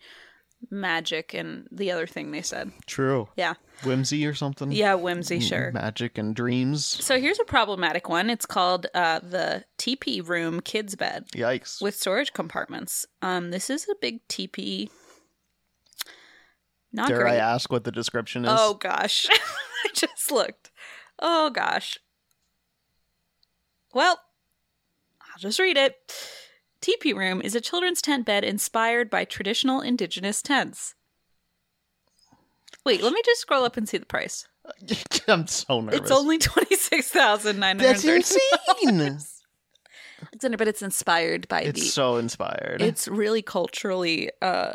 [SPEAKER 1] magic and the other thing they said.
[SPEAKER 2] True.
[SPEAKER 1] Yeah,
[SPEAKER 2] Whimsy or something?
[SPEAKER 1] yeah, whimsy, sure.
[SPEAKER 2] Mm, Magic and dreams.
[SPEAKER 1] So here's a problematic one. It's called uh, the TP room kids bed.
[SPEAKER 2] Yikes.
[SPEAKER 1] with storage compartments. Um, this is a big TP. Not
[SPEAKER 2] Dare
[SPEAKER 1] great.
[SPEAKER 2] I ask what the description is?
[SPEAKER 1] oh gosh, I just looked. Oh gosh. Well, I'll just read it. TP room is a children's tent bed inspired by traditional indigenous tents. Wait, let me just scroll up and see the price.
[SPEAKER 2] I'm so nervous.
[SPEAKER 1] It's only twenty six thousand nine hundred.
[SPEAKER 2] That's insane.
[SPEAKER 1] but it's inspired by the.
[SPEAKER 2] it's so inspired.
[SPEAKER 1] it's
[SPEAKER 2] It's
[SPEAKER 1] really culturally uh,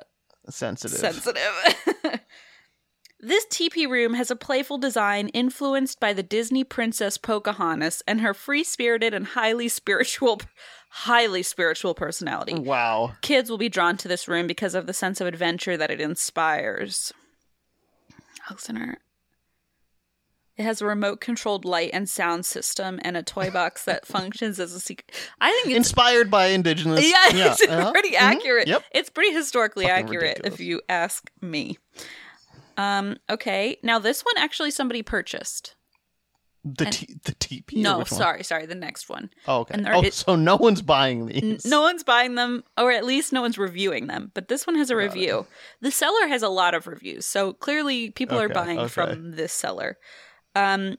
[SPEAKER 2] sensitive.
[SPEAKER 1] sensitive. this teepee room has a playful design influenced by the Disney princess Pocahontas and her free-spirited and highly spiritual highly spiritual personality.
[SPEAKER 2] Oh, wow.
[SPEAKER 1] Kids will be drawn to this room because of the sense of adventure that it inspires. Alexander. It has a remote controlled light and sound system and a toy box that functions as a secret. I think it's
[SPEAKER 2] Inspired by indigenous.
[SPEAKER 1] yeah, it's
[SPEAKER 2] uh-huh.
[SPEAKER 1] pretty
[SPEAKER 2] Mhm.
[SPEAKER 1] accurate.
[SPEAKER 2] Yep.
[SPEAKER 1] It's pretty historically
[SPEAKER 2] Fucking
[SPEAKER 1] accurate
[SPEAKER 2] ridiculous.
[SPEAKER 1] if you ask me. Um, okay. Now this one actually somebody purchased.
[SPEAKER 2] The, t- the TP. or
[SPEAKER 1] no,
[SPEAKER 2] which one?
[SPEAKER 1] sorry, sorry, the next one.
[SPEAKER 2] Oh, okay.
[SPEAKER 1] And there
[SPEAKER 2] Oh,
[SPEAKER 1] is-
[SPEAKER 2] so no one's buying these.
[SPEAKER 1] N- No one's buying them, or at least no one's reviewing them. But this one has a review. The seller has a lot of reviews, so clearly people are
[SPEAKER 2] Okay,
[SPEAKER 1] buying
[SPEAKER 2] okay.
[SPEAKER 1] from this seller. Um,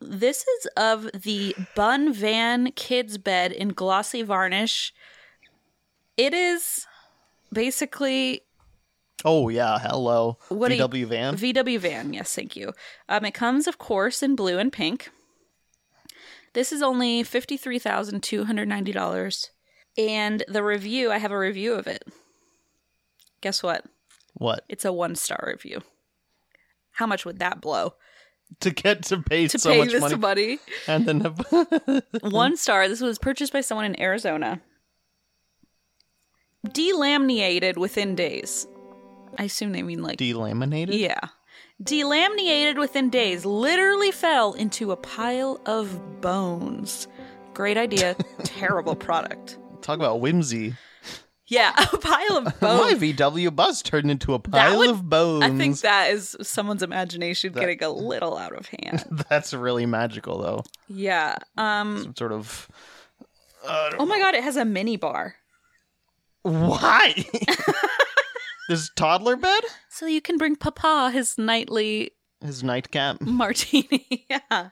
[SPEAKER 1] this is of the Bun Van Kids Bed in glossy varnish. It is basically
[SPEAKER 2] Oh yeah, hello.
[SPEAKER 1] What do you-
[SPEAKER 2] VW van.
[SPEAKER 1] VW van, yes, thank you. Um, it comes, of course, in blue and pink. This is only fifty three thousand two hundred ninety dollars, and the review I have a review of it. Guess what?
[SPEAKER 2] what
[SPEAKER 1] It's a one star review. How much would that blow
[SPEAKER 2] to get to pay
[SPEAKER 1] to
[SPEAKER 2] so
[SPEAKER 1] pay
[SPEAKER 2] much
[SPEAKER 1] this
[SPEAKER 2] money,
[SPEAKER 1] money?
[SPEAKER 2] and then have-
[SPEAKER 1] one star. This was purchased by someone in Arizona. Delaminated within days. I assume they mean like
[SPEAKER 2] delaminated.
[SPEAKER 1] Yeah. Delaminated within days, literally fell into a pile of bones. Great idea, terrible product.
[SPEAKER 2] Talk about whimsy.
[SPEAKER 1] Yeah, a pile of
[SPEAKER 2] My
[SPEAKER 1] bones.
[SPEAKER 2] VW bus turned into a pile
[SPEAKER 1] Oh. would-
[SPEAKER 2] of bones.
[SPEAKER 1] I think that is someone's imagination getting a little out of hand.
[SPEAKER 2] that's really magical, though.
[SPEAKER 1] Yeah. Um
[SPEAKER 2] Some sort of uh,
[SPEAKER 1] oh my god, it has a mini bar.
[SPEAKER 2] why this toddler bed,
[SPEAKER 1] So you can bring papa his nightly
[SPEAKER 2] his nightcap.
[SPEAKER 1] martini. yeah.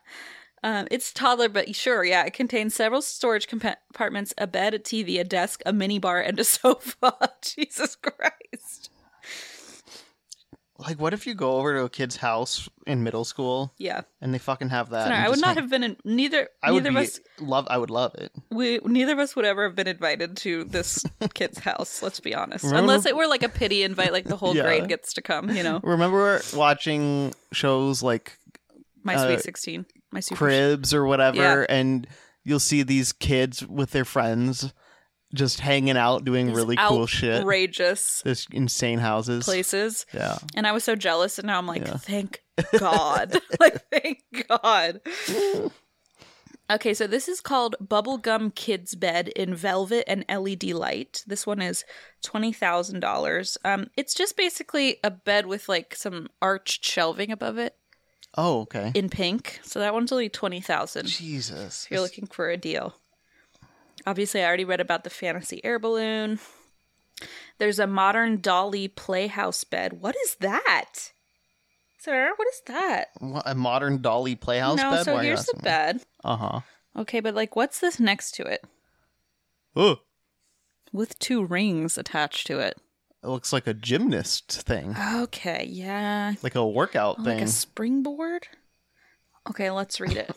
[SPEAKER 1] Um, it's toddler, but sure, yeah. It contains several storage compa- compartments, a bed, a TV, a desk, a mini bar, and a sofa. Jesus Christ.
[SPEAKER 2] Like, what if you go over to a kid's house in middle school
[SPEAKER 1] Yeah.
[SPEAKER 2] and they fucking have that?
[SPEAKER 1] No,
[SPEAKER 2] and
[SPEAKER 1] I would
[SPEAKER 2] Uh, just
[SPEAKER 1] not
[SPEAKER 2] hang-
[SPEAKER 1] have been in neither
[SPEAKER 2] I would
[SPEAKER 1] neither
[SPEAKER 2] be,
[SPEAKER 1] of us
[SPEAKER 2] love. I would love it.
[SPEAKER 1] we neither of us would ever have been invited to this kid's house, let's be honest.
[SPEAKER 2] Remember-
[SPEAKER 1] Unless it were like a pity invite like the whole
[SPEAKER 2] Yeah.
[SPEAKER 1] grade gets to come, you know.
[SPEAKER 2] Remember watching shows like
[SPEAKER 1] My
[SPEAKER 2] Uh,
[SPEAKER 1] sweet 16, my super
[SPEAKER 2] cribs or whatever
[SPEAKER 1] Yeah.
[SPEAKER 2] and you'll see these kids with their friends just hanging out doing
[SPEAKER 1] These
[SPEAKER 2] really cool shit
[SPEAKER 1] outrageous
[SPEAKER 2] this insane houses
[SPEAKER 1] places.
[SPEAKER 2] yeah
[SPEAKER 1] And I was so jealous, and now I'm like,
[SPEAKER 2] Yeah.
[SPEAKER 1] thank God. like, thank God. Okay, so this is called Bubblegum Kids Bed in Velvet and LED Light. This one is $20,000. Um, it's just basically a bed with like some arched shelving above it
[SPEAKER 2] oh okay
[SPEAKER 1] in pink. So that one's only 20000
[SPEAKER 2] jesus
[SPEAKER 1] if you're looking for a deal. Obviously, I already read about the fantasy air balloon. There's a modern dolly playhouse bed. What is that? Sir, what is that?
[SPEAKER 2] What, a modern dolly playhouse
[SPEAKER 1] no,
[SPEAKER 2] bed
[SPEAKER 1] so
[SPEAKER 2] Why are you
[SPEAKER 1] here's the
[SPEAKER 2] asking me?
[SPEAKER 1] bed.
[SPEAKER 2] uh-huh
[SPEAKER 1] Okay, but like what's this next to it?
[SPEAKER 2] oh
[SPEAKER 1] With two rings attached to it.
[SPEAKER 2] It looks like a gymnast thing,
[SPEAKER 1] Okay, yeah.
[SPEAKER 2] like a workout
[SPEAKER 1] Uh, Oh,
[SPEAKER 2] thing.
[SPEAKER 1] Like a springboard? Okay, let's read it.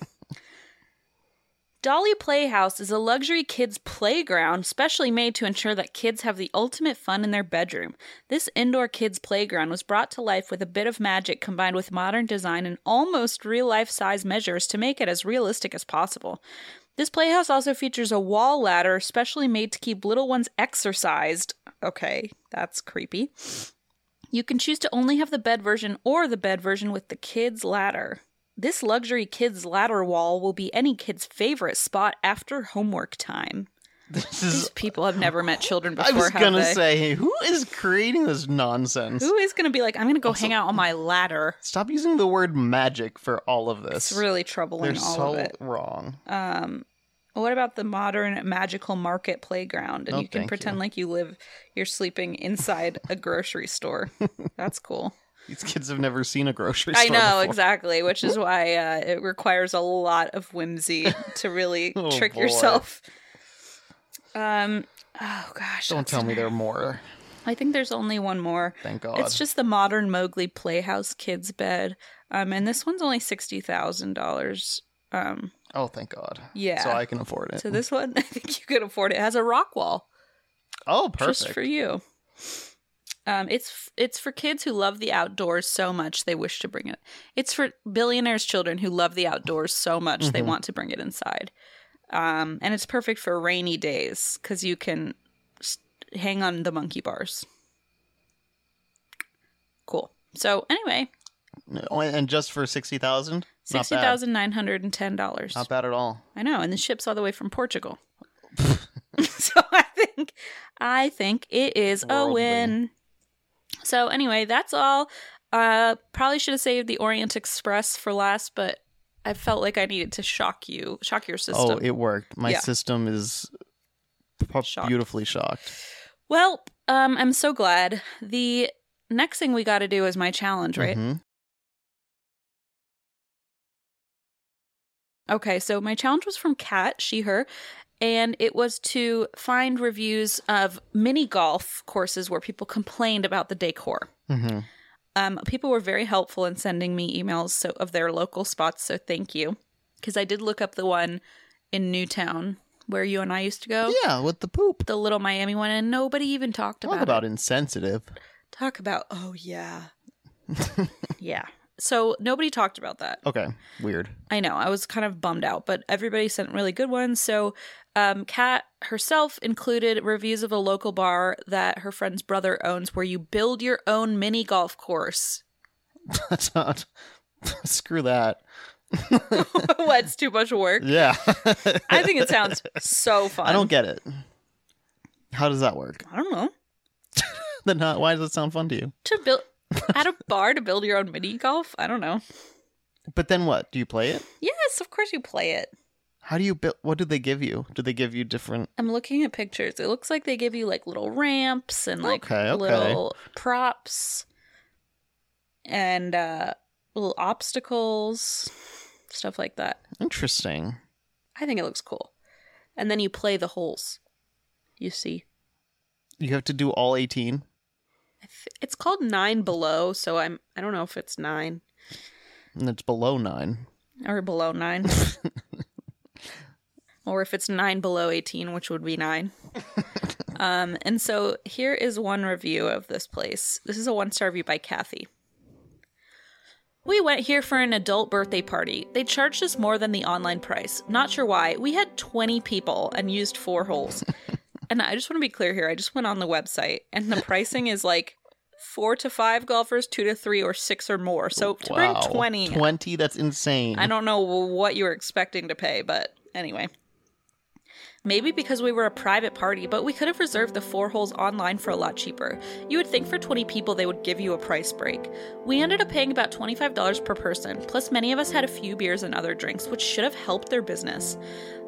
[SPEAKER 1] Dolly Playhouse is a luxury kids' playground specially made to ensure that kids have the ultimate fun in their bedroom. This indoor kids' playground was brought to life with a bit of magic combined with modern design and almost real life size measures to make it as realistic as possible. This playhouse also features a wall ladder specially made to keep little ones exercised. Okay, that's creepy. You can choose to only have the bed version or the bed version with the kids' ladder. This luxury kids' ladder wall will be any kid's favorite spot after homework time.
[SPEAKER 2] this
[SPEAKER 1] These
[SPEAKER 2] is.
[SPEAKER 1] people have never met children before.
[SPEAKER 2] I was
[SPEAKER 1] have
[SPEAKER 2] gonna
[SPEAKER 1] they?
[SPEAKER 2] say, who is creating this nonsense?
[SPEAKER 1] eh? who is going to be like, I'm going to go hang out on my ladder?
[SPEAKER 2] Stop using the word magic for all of this.
[SPEAKER 1] It's really troubling.
[SPEAKER 2] They're
[SPEAKER 1] all
[SPEAKER 2] so
[SPEAKER 1] of it.
[SPEAKER 2] wrong.
[SPEAKER 1] Um, what about the modern magical market playground? And
[SPEAKER 2] No,
[SPEAKER 1] you can
[SPEAKER 2] Oh, thank
[SPEAKER 1] pretend
[SPEAKER 2] you.
[SPEAKER 1] like you live, you're sleeping inside a grocery store. That's cool.
[SPEAKER 2] These kids have never seen a grocery
[SPEAKER 1] I
[SPEAKER 2] store.
[SPEAKER 1] know
[SPEAKER 2] before.
[SPEAKER 1] exactly, which is why uh, it requires a lot of whimsy to really
[SPEAKER 2] Oh,
[SPEAKER 1] trick
[SPEAKER 2] boy.
[SPEAKER 1] yourself. Um. Oh gosh.
[SPEAKER 2] Don't
[SPEAKER 1] that's
[SPEAKER 2] tell me
[SPEAKER 1] another-
[SPEAKER 2] there are more.
[SPEAKER 1] I think there's only one more.
[SPEAKER 2] Thank God.
[SPEAKER 1] It's just the modern Mowgli Playhouse kids bed, um, and this one's only sixty thousand dollars. Um,
[SPEAKER 2] oh, thank God.
[SPEAKER 1] Yeah.
[SPEAKER 2] So I can afford it.
[SPEAKER 1] so this one, I think you could afford it. It has a rock wall.
[SPEAKER 2] oh, perfect.
[SPEAKER 1] just for you. Um, it's f- it's for kids who love the outdoors so much they wish to bring it. It's for billionaires' children who love the outdoors so much they
[SPEAKER 2] Mhm.
[SPEAKER 1] want to bring it inside. Um, and it's perfect for rainy days because you can s hang on the monkey bars. Cool. So anyway,
[SPEAKER 2] No, oh, and just for sixty thousand.
[SPEAKER 1] sixty thousand nine hundred and ten dollars.
[SPEAKER 2] Not bad at all.
[SPEAKER 1] I know, and the ship's all the way from Portugal. so I think I think it is a
[SPEAKER 2] Worldly.
[SPEAKER 1] win. So anyway, that's all. Uh probably should have saved the Orient Express for last, but I felt like I needed to shock you, shock your system.
[SPEAKER 2] Oh, it worked. My
[SPEAKER 1] Yeah.
[SPEAKER 2] system is p-
[SPEAKER 1] Shocked.
[SPEAKER 2] beautifully shocked.
[SPEAKER 1] well, um I'm so glad. The next thing we got to do is my challenge, right?
[SPEAKER 2] Mhm. Mm-hmm.
[SPEAKER 1] Okay, so my challenge was from Kat, she, her, and it was to find reviews of mini golf courses where people complained about the decor.
[SPEAKER 2] Mhm.
[SPEAKER 1] Um, people were very helpful in sending me emails so of their local spots, so thank you. Because I did look up the one in Newtown where you and I used to go,
[SPEAKER 2] Yeah, with the poop.
[SPEAKER 1] the little Miami one, and nobody even talked about,
[SPEAKER 2] Talk about insensitive.
[SPEAKER 1] Talk about, oh yeah, yeah. So nobody talked about that.
[SPEAKER 2] Okay, weird.
[SPEAKER 1] I know. I was kind of bummed out, but everybody sent really good ones. So, um, Kat herself included reviews of a local bar that her friend's brother owns where you build your own mini golf course.
[SPEAKER 2] That's not. Screw that.
[SPEAKER 1] What's too much work?
[SPEAKER 2] Yeah.
[SPEAKER 1] I think it sounds so fun.
[SPEAKER 2] I don't get it. How does that work?
[SPEAKER 1] I don't know.
[SPEAKER 2] Then how, why does it sound fun to you?
[SPEAKER 1] To build at a bar to build your own mini golf? I don't know.
[SPEAKER 2] But then what? Do you play it?
[SPEAKER 1] Yes, of course you play it.
[SPEAKER 2] How do you build? What do they give you? Do they give you different?
[SPEAKER 1] I'm looking at pictures. It looks like they give you like little ramps and like
[SPEAKER 2] Okay, okay.
[SPEAKER 1] little props and uh little obstacles, stuff like that.
[SPEAKER 2] Interesting.
[SPEAKER 1] I think it looks cool. And then you play the holes. You see.
[SPEAKER 2] You have to do all eighteen.
[SPEAKER 1] I th- It's called 9 below, so I'm I don't know if it's 9
[SPEAKER 2] And it's below nine.
[SPEAKER 1] or below 9. or if it's 9 below 18, which would be 9. um and so here is one review of this place. This is a one-star review by Kathy. We went here for an adult birthday party. They charged us more than the online price. Not sure why. We had 20 people and used four holes. and I just want to be clear here. I just went on the website and the pricing is like 4 to 5 golfers, 2 to 3 or 6 or more. So to
[SPEAKER 2] Wow.
[SPEAKER 1] bring 20
[SPEAKER 2] Twenty. That's insane.
[SPEAKER 1] I don't know what you were expecting to pay, but anyway. Maybe because we were a private party, but we could have reserved the four holes online for a lot cheaper. You would think for 20 people they would give you a price break. We ended up paying about $25 per person, plus many of us had a few beers and other drinks, which should have helped their business.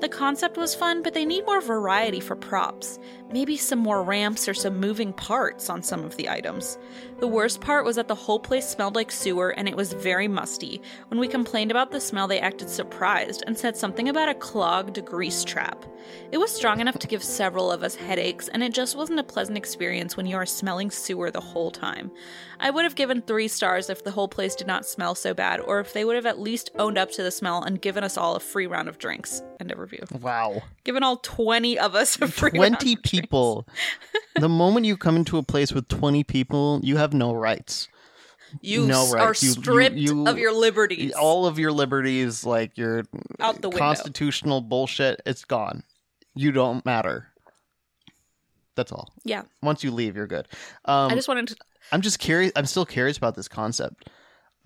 [SPEAKER 1] The concept was fun, but they need more variety for props. Maybe some more ramps or some moving parts on some of the items. The worst part was that the whole place smelled like sewer and it was very musty. When we complained about the smell, they acted surprised and said something about a clogged grease trap. It was strong enough to give several of us headaches, and it just wasn't a pleasant experience when you are smelling sewer the whole time. I would have given three stars if the whole place did not smell so bad, or if they would have at least owned up to the smell and given us all a free round of drinks. End of review.
[SPEAKER 2] Wow.
[SPEAKER 1] Given all 20 of us a free round
[SPEAKER 2] 20
[SPEAKER 1] of drinks.
[SPEAKER 2] people. the moment you come into a place with 20 people, you have no rights.
[SPEAKER 1] You
[SPEAKER 2] No
[SPEAKER 1] s-
[SPEAKER 2] rights.
[SPEAKER 1] are
[SPEAKER 2] You- you-
[SPEAKER 1] stripped
[SPEAKER 2] you-
[SPEAKER 1] of your liberties.
[SPEAKER 2] All of your liberties, like your
[SPEAKER 1] Out the window.
[SPEAKER 2] constitutional bullshit, it's gone. You don't matter. That's all.
[SPEAKER 1] yeah.
[SPEAKER 2] Once you leave, you're good. Um,
[SPEAKER 1] I just wanted to.
[SPEAKER 2] I'm just curious. I'm still curious about this concept.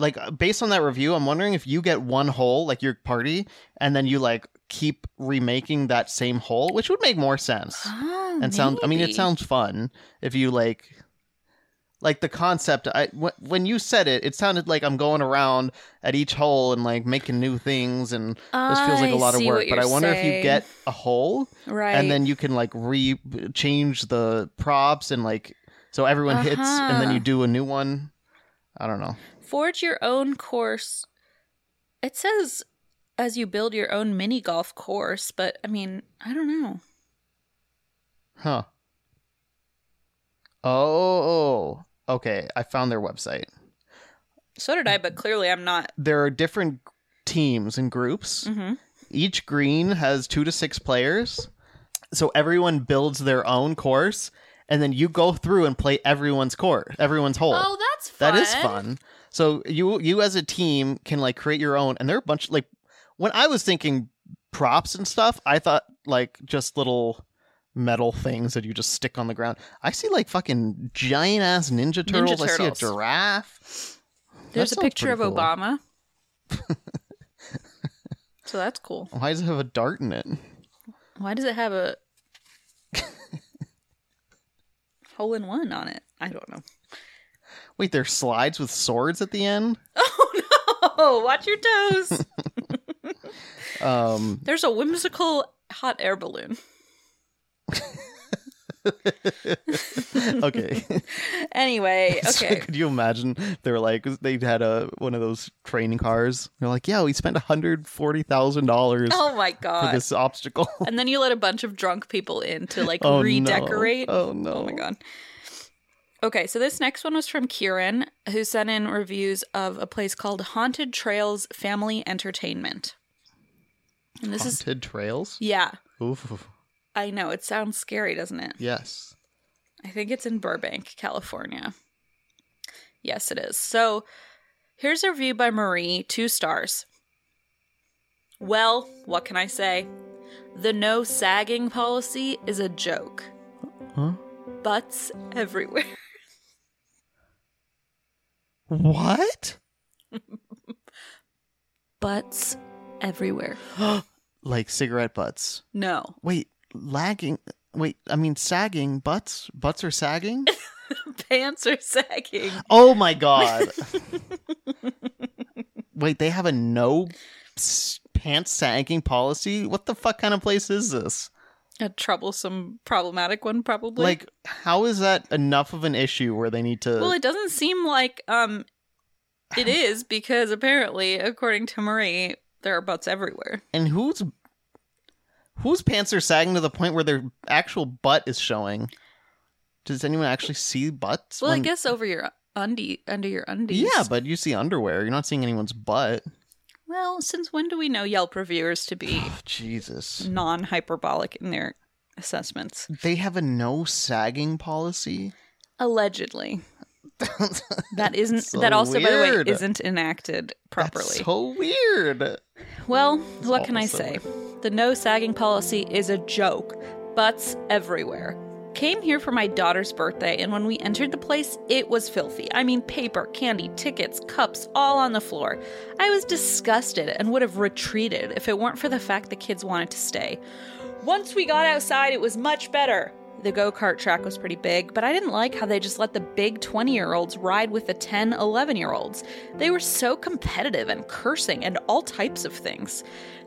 [SPEAKER 2] Like uh, based on that review, I'm wondering if you get one hole, like your party, and then you like keep remaking that same hole, which would make more sense
[SPEAKER 1] Oh,
[SPEAKER 2] and sound. I mean, it
[SPEAKER 1] maybe.
[SPEAKER 2] sounds fun if you like, like the concept. I wh- when you said it, it sounded like I'm going around at each hole and like making new things, and this feels like a
[SPEAKER 1] I
[SPEAKER 2] lot of
[SPEAKER 1] see what
[SPEAKER 2] work. But
[SPEAKER 1] you're
[SPEAKER 2] I wonder if you
[SPEAKER 1] saying.
[SPEAKER 2] get a hole
[SPEAKER 1] Right.
[SPEAKER 2] and then you can like re change the props and like so everyone hits and then
[SPEAKER 1] Uh-huh.
[SPEAKER 2] you do a new one. I don't know.
[SPEAKER 1] Forge your own course. It says as you build your own mini golf course, but I mean, I don't know.
[SPEAKER 2] Huh. Oh, okay. I found their website.
[SPEAKER 1] So did I, but clearly I'm not.
[SPEAKER 2] There are different teams and groups.
[SPEAKER 1] Mhm.
[SPEAKER 2] Each green has 2 to 6 players. So everyone builds their own course and then you go through and play everyone's course, everyone's hole.
[SPEAKER 1] Oh, that's fun.
[SPEAKER 2] That is fun. So you you as a team can like create your own, and there are a bunch like when I was thinking props and stuff, I thought like just little metal things that you just stick on the ground. I see like fucking giant ass ninja turtles. I see a
[SPEAKER 1] Turtles.
[SPEAKER 2] giraffe. That
[SPEAKER 1] There's a
[SPEAKER 2] sounds
[SPEAKER 1] picture of
[SPEAKER 2] pretty cool.
[SPEAKER 1] Obama. so that's cool.
[SPEAKER 2] Why does it have a dart in it?
[SPEAKER 1] Why does it have a hole in one on it? I don't know.
[SPEAKER 2] Wait, there's slides with swords at the end.
[SPEAKER 1] Oh no! Watch your toes.
[SPEAKER 2] Um,
[SPEAKER 1] There's a whimsical hot air balloon.
[SPEAKER 2] okay.
[SPEAKER 1] Anyway,
[SPEAKER 2] So
[SPEAKER 1] okay.
[SPEAKER 2] could you imagine? They were like they had a one of those training cars. They're like, yeah, we spent hundred forty thousand dollars
[SPEAKER 1] Oh my god.
[SPEAKER 2] for this obstacle.
[SPEAKER 1] and then you let a bunch of drunk people in to like
[SPEAKER 2] Oh, no.
[SPEAKER 1] redecorate.
[SPEAKER 2] Oh no!
[SPEAKER 1] Oh my god. Okay, so this next one was from Kieran, who sent in reviews of a place called Haunted Trails Family Entertainment. And this is
[SPEAKER 2] Haunted trails.
[SPEAKER 1] yeah,
[SPEAKER 2] Oof.
[SPEAKER 1] I know it sounds scary, doesn't it?
[SPEAKER 2] Yes.
[SPEAKER 1] I think it's in Burbank, California. Yes, it is. So here's a review by Marie, two stars. Well, what can I say? The no sagging policy is a joke.
[SPEAKER 2] Huh?
[SPEAKER 1] Butts everywhere.
[SPEAKER 2] What?
[SPEAKER 1] Butts everywhere.
[SPEAKER 2] like cigarette butts?
[SPEAKER 1] No.
[SPEAKER 2] Wait, lagging. Wait, I mean sagging butts. Butts are sagging.
[SPEAKER 1] Pants are sagging.
[SPEAKER 2] oh my god! Wait, they have a no s- pants sagging policy. What the fuck kind of place is this?
[SPEAKER 1] A troublesome, problematic one, probably.
[SPEAKER 2] like uh, how is that enough of an issue where they need to
[SPEAKER 1] Well, it doesn't seem like um it is because apparently, according to Marie, there are butts everywhere.
[SPEAKER 2] and whose whose pants are sagging to the point where their actual butt is showing does anyone actually see butts
[SPEAKER 1] Well, I
[SPEAKER 2] when-
[SPEAKER 1] guess over your undie under your undies.
[SPEAKER 2] yeah but you see underwear you're not seeing anyone's butt
[SPEAKER 1] well, since when do we know Yelp reviewers to be
[SPEAKER 2] oh, jesus
[SPEAKER 1] non-hyperbolic in their assessments?
[SPEAKER 2] they have a no sagging policy
[SPEAKER 1] Allegedly, that isn't
[SPEAKER 2] so
[SPEAKER 1] that also by the
[SPEAKER 2] weird.
[SPEAKER 1] way isn't enacted properly.
[SPEAKER 2] That's so weird
[SPEAKER 1] well, what can I
[SPEAKER 2] almost so
[SPEAKER 1] say? The no sagging policy is a joke. Butts everywhere. Came here for my daughter's birthday, and when we entered the place, it was filthy. I mean, paper, candy, tickets, cups, all on the floor. I was disgusted and would have retreated if it weren't for the fact the kids wanted to stay. Once we got outside, it was much better. The go kart track was pretty big, but I didn't like how they just let the big 20 year olds ride with the 10, 11 year olds. They were so competitive and cursing and all types of things.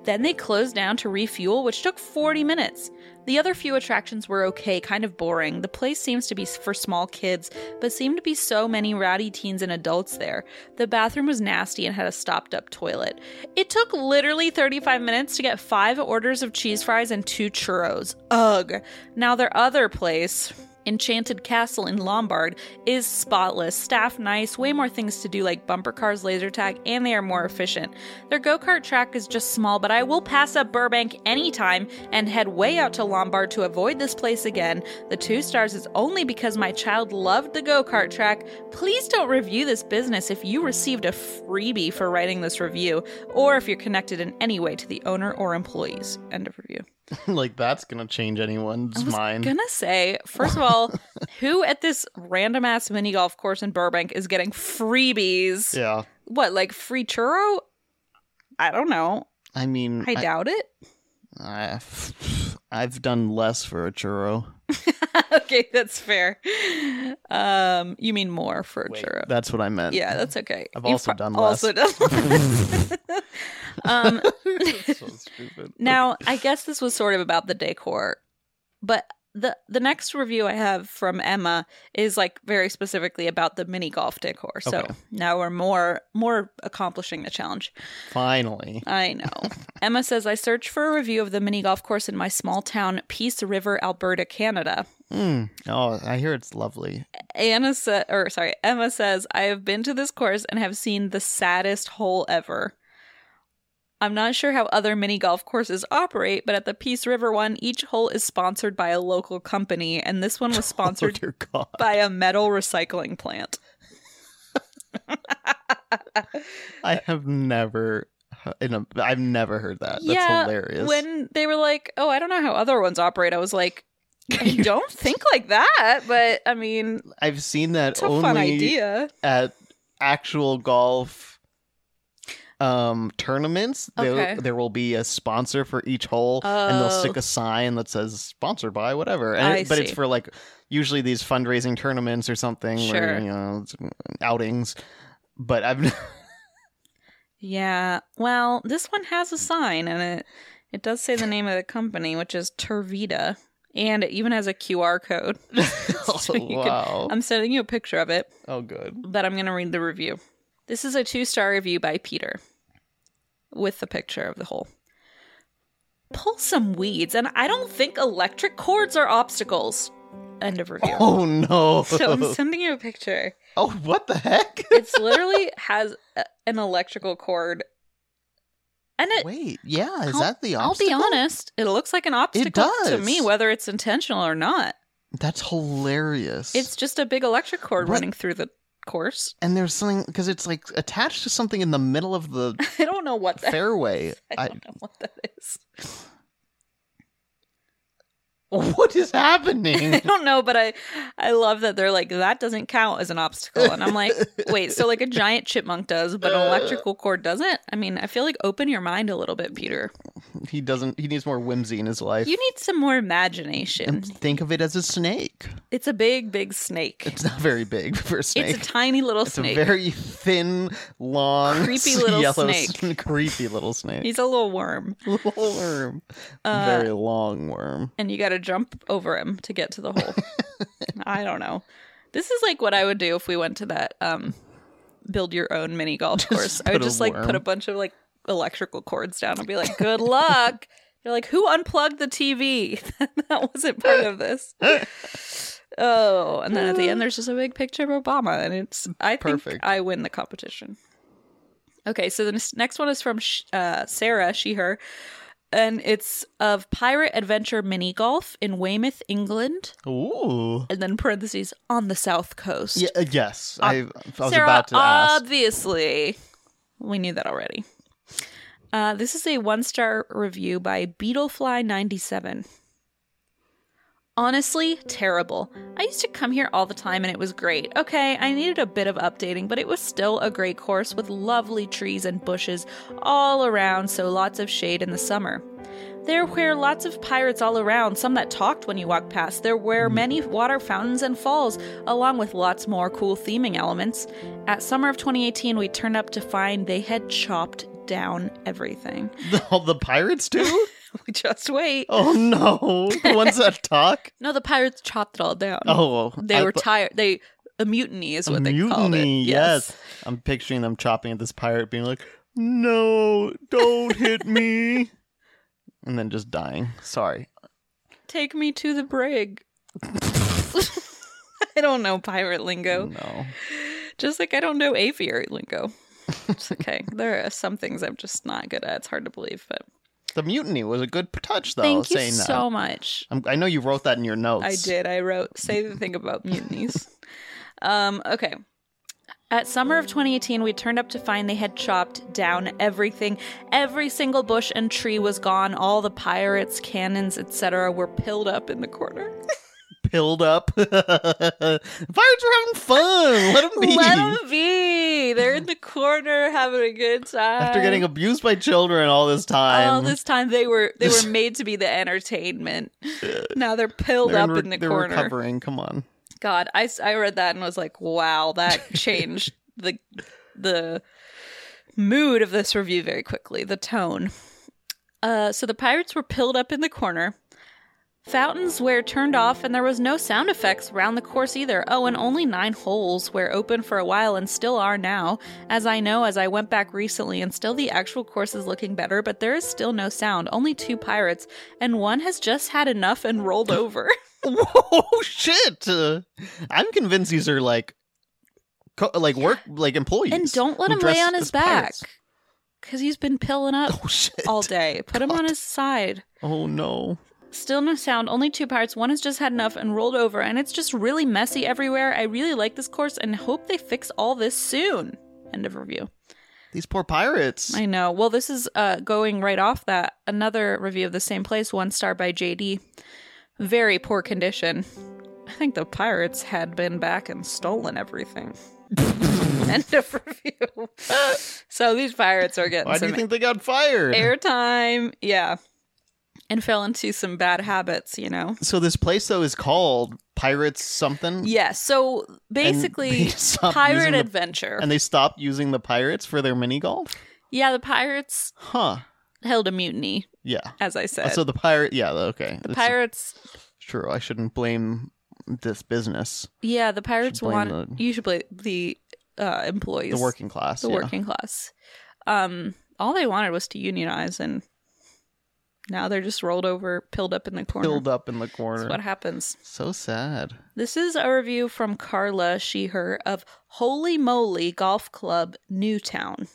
[SPEAKER 1] Then they closed down to refuel, which took 40 minutes. The other few attractions were okay, kind of boring. The place seems to be for small kids, but seemed to be so many rowdy teens and adults there. The bathroom was nasty and had a stopped up toilet. It took literally 35 minutes to get five orders of cheese fries and two churros. Ugh. Now, their other place, Enchanted Castle in Lombard is spotless, staff nice, way more things to do like bumper cars, laser tag, and they are more efficient. Their go kart track is just small, but I will pass up Burbank anytime and head way out to Lombard to avoid this place again. The two stars is only because my child loved the go kart track. Please don't review this business if you received a freebie for writing this review or if you're connected in any way to the owner or employees. End of review.
[SPEAKER 2] like that's gonna change anyone's
[SPEAKER 1] I was
[SPEAKER 2] mind.
[SPEAKER 1] gonna say, first of all, who at this random ass mini golf course in Burbank is getting freebies?
[SPEAKER 2] Yeah,
[SPEAKER 1] What, like free churro? I don't know.
[SPEAKER 2] Mm, I mean,
[SPEAKER 1] I, doubt it.
[SPEAKER 2] I, have done less for a churro.
[SPEAKER 1] okay, that's fair. Um, you mean more for churro?
[SPEAKER 2] That's what I meant.
[SPEAKER 1] yeah, that's okay.
[SPEAKER 2] I've
[SPEAKER 1] You've
[SPEAKER 2] also done
[SPEAKER 1] also done less. um,
[SPEAKER 2] so stupid.
[SPEAKER 1] Now, I guess this was sort of about the decor, but the the next review I have from Emma is like very specifically about the mini golf decor. So
[SPEAKER 2] Okay.
[SPEAKER 1] now we're more more accomplishing the challenge.
[SPEAKER 2] finally,
[SPEAKER 1] I know. Emma says I searched for a review of the mini golf course in my small town, Peace River, Alberta, Canada.
[SPEAKER 2] Mm. oh, I hear it's lovely.
[SPEAKER 1] Anna sa- or sorry, Emma says I have been to this course and have seen the saddest hole ever. I'm not sure how other mini golf courses operate, but at the Peace River one, each hole is sponsored by a local company, and this one was
[SPEAKER 2] Oh
[SPEAKER 1] sponsored
[SPEAKER 2] dear God.
[SPEAKER 1] by a metal recycling plant.
[SPEAKER 2] I have never, in a, I've never heard that. That's
[SPEAKER 1] Yeah,
[SPEAKER 2] hilarious.
[SPEAKER 1] When they were like, "Oh, I don't know how other ones operate," I was like, "I don't think like that," but I mean,
[SPEAKER 2] I've seen that
[SPEAKER 1] it's a
[SPEAKER 2] only
[SPEAKER 1] fun idea.
[SPEAKER 2] at actual golf um tournaments there
[SPEAKER 1] Okay.
[SPEAKER 2] there will be a sponsor for each hole and they'll
[SPEAKER 1] Oh.
[SPEAKER 2] stick a sign that says sponsored by whatever and
[SPEAKER 1] I
[SPEAKER 2] it- but it's
[SPEAKER 1] see.
[SPEAKER 2] for like usually these fundraising tournaments or something
[SPEAKER 1] Sure.
[SPEAKER 2] or you know it's mm, outings but i've
[SPEAKER 1] Yeah. Well, this one has a sign and it it does say the name of the company, which is Tervita, and it even has a QR code. So you um can-
[SPEAKER 2] wow
[SPEAKER 1] I'm sending you a picture of it,
[SPEAKER 2] oh good
[SPEAKER 1] but I'm going to read the review. This is a two-star review by Peter with the picture of the hole. Pull some weeds, and I don't think electric cords are obstacles. End of review.
[SPEAKER 2] oh no
[SPEAKER 1] So I'm sending you a picture.
[SPEAKER 2] oh what the heck
[SPEAKER 1] It's literally has a, an electrical cord. And it,
[SPEAKER 2] wait yeah is
[SPEAKER 1] I'll-
[SPEAKER 2] that the
[SPEAKER 1] I'll
[SPEAKER 2] obstacle
[SPEAKER 1] be honest, it looks like an obstacle to
[SPEAKER 2] does.
[SPEAKER 1] me, whether it's intentional or not.
[SPEAKER 2] that's hilarious
[SPEAKER 1] It's just a big electric cord
[SPEAKER 2] What?
[SPEAKER 1] running through the course.
[SPEAKER 2] and there's something because it's like attached to something in the middle of the
[SPEAKER 1] I don't know what that.
[SPEAKER 2] fairway.
[SPEAKER 1] I
[SPEAKER 2] I,
[SPEAKER 1] don't know what that is.
[SPEAKER 2] what is
[SPEAKER 1] I
[SPEAKER 2] happening?
[SPEAKER 1] don't know, but I, I love that they're like that doesn't count as an obstacle, and I'm like, wait, so like a giant chipmunk does, but an
[SPEAKER 2] Uh.
[SPEAKER 1] electrical cord doesn't. I mean, I feel like open your mind a little bit, Peter.
[SPEAKER 2] he doesn't. He needs more whimsy in his life.
[SPEAKER 1] You need some more imagination.
[SPEAKER 2] and think of it as a snake.
[SPEAKER 1] It's a big, big snake.
[SPEAKER 2] It's not very big for a snake.
[SPEAKER 1] It's a tiny little
[SPEAKER 2] It's
[SPEAKER 1] snake.
[SPEAKER 2] a very thin, long,
[SPEAKER 1] Creepy little
[SPEAKER 2] yellow
[SPEAKER 1] snake.
[SPEAKER 2] sn- creepy little snake.
[SPEAKER 1] He's a little worm,
[SPEAKER 2] little worm.
[SPEAKER 1] Uh,
[SPEAKER 2] very long worm.
[SPEAKER 1] and you got to jump over him to get to the hole. I don't know. This is like what I would do if we went to that um, build your own mini golf course. I
[SPEAKER 2] put
[SPEAKER 1] would
[SPEAKER 2] a
[SPEAKER 1] just like
[SPEAKER 2] worm.
[SPEAKER 1] put a bunch of like electrical cords down and be like, "Good luck." You're like, "Who unplugged the TV?" that wasn't part of this. Oh, and then at the end, there's just a big picture of Obama, and it's I think
[SPEAKER 2] Uh. Perfect.
[SPEAKER 1] I win the competition. Okay, so the n- next one is from Sh- uh, Sarah, she, her, and it's of Pirate Adventure Mini Golf in Weymouth, England,
[SPEAKER 2] Ooh.
[SPEAKER 1] and then parentheses on the south coast.
[SPEAKER 2] Yeah, uh, yes. I, I was
[SPEAKER 1] Sarah, uh,
[SPEAKER 2] about to ask.
[SPEAKER 1] obviously, we knew that already. Uh, this is a one star review by Beetlefly97. Honestly, terrible. I used to come here all the time and it was great. Okay, I needed a bit of updating, but it was still a great course with lovely trees and bushes all around, so lots of shade in the summer. There were lots of pirates all around, some that talked when you walked past. There were
[SPEAKER 2] Hmm.
[SPEAKER 1] many water fountains and falls, along with lots more cool theming elements. At summer of 2018, we turned up to find they had chopped down everything.
[SPEAKER 2] All the pirates too?
[SPEAKER 1] Just wait.
[SPEAKER 2] Oh no, the ones that talk.
[SPEAKER 1] No, the pirates chopped it all down.
[SPEAKER 2] Oh,
[SPEAKER 1] they
[SPEAKER 2] I
[SPEAKER 1] were
[SPEAKER 2] thought-
[SPEAKER 1] tired. They a mutiny is
[SPEAKER 2] A
[SPEAKER 1] what they called it.
[SPEAKER 2] mutiny,
[SPEAKER 1] Yes.
[SPEAKER 2] I'm picturing them chopping at this pirate, being like, "No, don't hit me," and then just dying. Sorry.
[SPEAKER 1] Take me to the brig. I don't know pirate lingo.
[SPEAKER 2] No.
[SPEAKER 1] Just like I don't know aviary lingo. It's okay. there are some things I'm just not good at. It's hard to believe, but
[SPEAKER 2] The mutiny was a good touch, though.
[SPEAKER 1] thank you
[SPEAKER 2] saying that.
[SPEAKER 1] so much.
[SPEAKER 2] I'm, I know you wrote that in your notes.
[SPEAKER 1] I did. I wrote say the thing about mutinies. um, okay. At summer of 2018, we turned up to find they had chopped down everything. Every single bush and tree was gone. All the pirates, cannons, etc., were pilled up in the corner.
[SPEAKER 2] Pilled up. Pirates are having fun. Let them be.
[SPEAKER 1] Let them be. They're in the corner having a good time.
[SPEAKER 2] After getting abused by children all this time.
[SPEAKER 1] all this time, they were they were made to be the entertainment. Now they're pilled
[SPEAKER 2] they're
[SPEAKER 1] up
[SPEAKER 2] re-
[SPEAKER 1] in the
[SPEAKER 2] they're
[SPEAKER 1] corner.
[SPEAKER 2] recovering. Come on.
[SPEAKER 1] God, I, s- I read that and was like, wow, that changed the the mood of this review very quickly, the tone. Uh, so the pirates were pilled up in the corner. Fountains were turned off, and there was no sound effects round the course either. Oh, and only nine holes were open for a while and still are now, as I know as I went back recently, and still the actual course is looking better, but there is still no sound. Only two pirates, and one has just had enough and rolled over.
[SPEAKER 2] Whoa, shit! Uh, I'm convinced these are like, co- like work, like employees.
[SPEAKER 1] And don't let
[SPEAKER 2] who
[SPEAKER 1] him lay
[SPEAKER 2] dress
[SPEAKER 1] on his
[SPEAKER 2] as pirates.
[SPEAKER 1] back because he's been pilling up
[SPEAKER 2] Oh shit!
[SPEAKER 1] all day. Put him on his side.
[SPEAKER 2] Oh no!
[SPEAKER 1] Still no sound, only two pirates. One has just had enough and rolled over, and it's just really messy everywhere. I really like this course and hope they fix all this soon. End of review.
[SPEAKER 2] These poor pirates.
[SPEAKER 1] I know. Well, this is uh, going right off that. Another review of the same place, one star by JD. Very poor condition. I think the pirates had been back and stolen everything. End of review. so these pirates are getting
[SPEAKER 2] Why do
[SPEAKER 1] some
[SPEAKER 2] you think they got fired?
[SPEAKER 1] airtime. Yeah. And fell into some bad habits, you know?
[SPEAKER 2] so this place though is called Pirates something.
[SPEAKER 1] Yeah. So
[SPEAKER 2] they
[SPEAKER 1] basically,
[SPEAKER 2] stopped using
[SPEAKER 1] pirate
[SPEAKER 2] the-
[SPEAKER 1] adventure.
[SPEAKER 2] and they stopped using the pirates for their mini golf.
[SPEAKER 1] yeah, the pirates
[SPEAKER 2] Huh?
[SPEAKER 1] held a mutiny,
[SPEAKER 2] Yeah.
[SPEAKER 1] as I
[SPEAKER 2] Uh,
[SPEAKER 1] said.
[SPEAKER 2] So the pirate. Yeah. Okay.
[SPEAKER 1] the
[SPEAKER 2] It's
[SPEAKER 1] pirates
[SPEAKER 2] True. I shouldn't blame this business.
[SPEAKER 1] Yeah, the pirates
[SPEAKER 2] blame
[SPEAKER 1] want
[SPEAKER 2] the-
[SPEAKER 1] you should blame the uh, employees,
[SPEAKER 2] The working class.
[SPEAKER 1] the
[SPEAKER 2] yeah.
[SPEAKER 1] working class. Um, all they wanted was to unionize, and now they're just rolled over, pilled up in the corner.
[SPEAKER 2] Filled up in the corner.
[SPEAKER 1] That's what happens.
[SPEAKER 2] so sad.
[SPEAKER 1] This is a review from Carla Sheher of Holy Moly Golf Club, Newtown.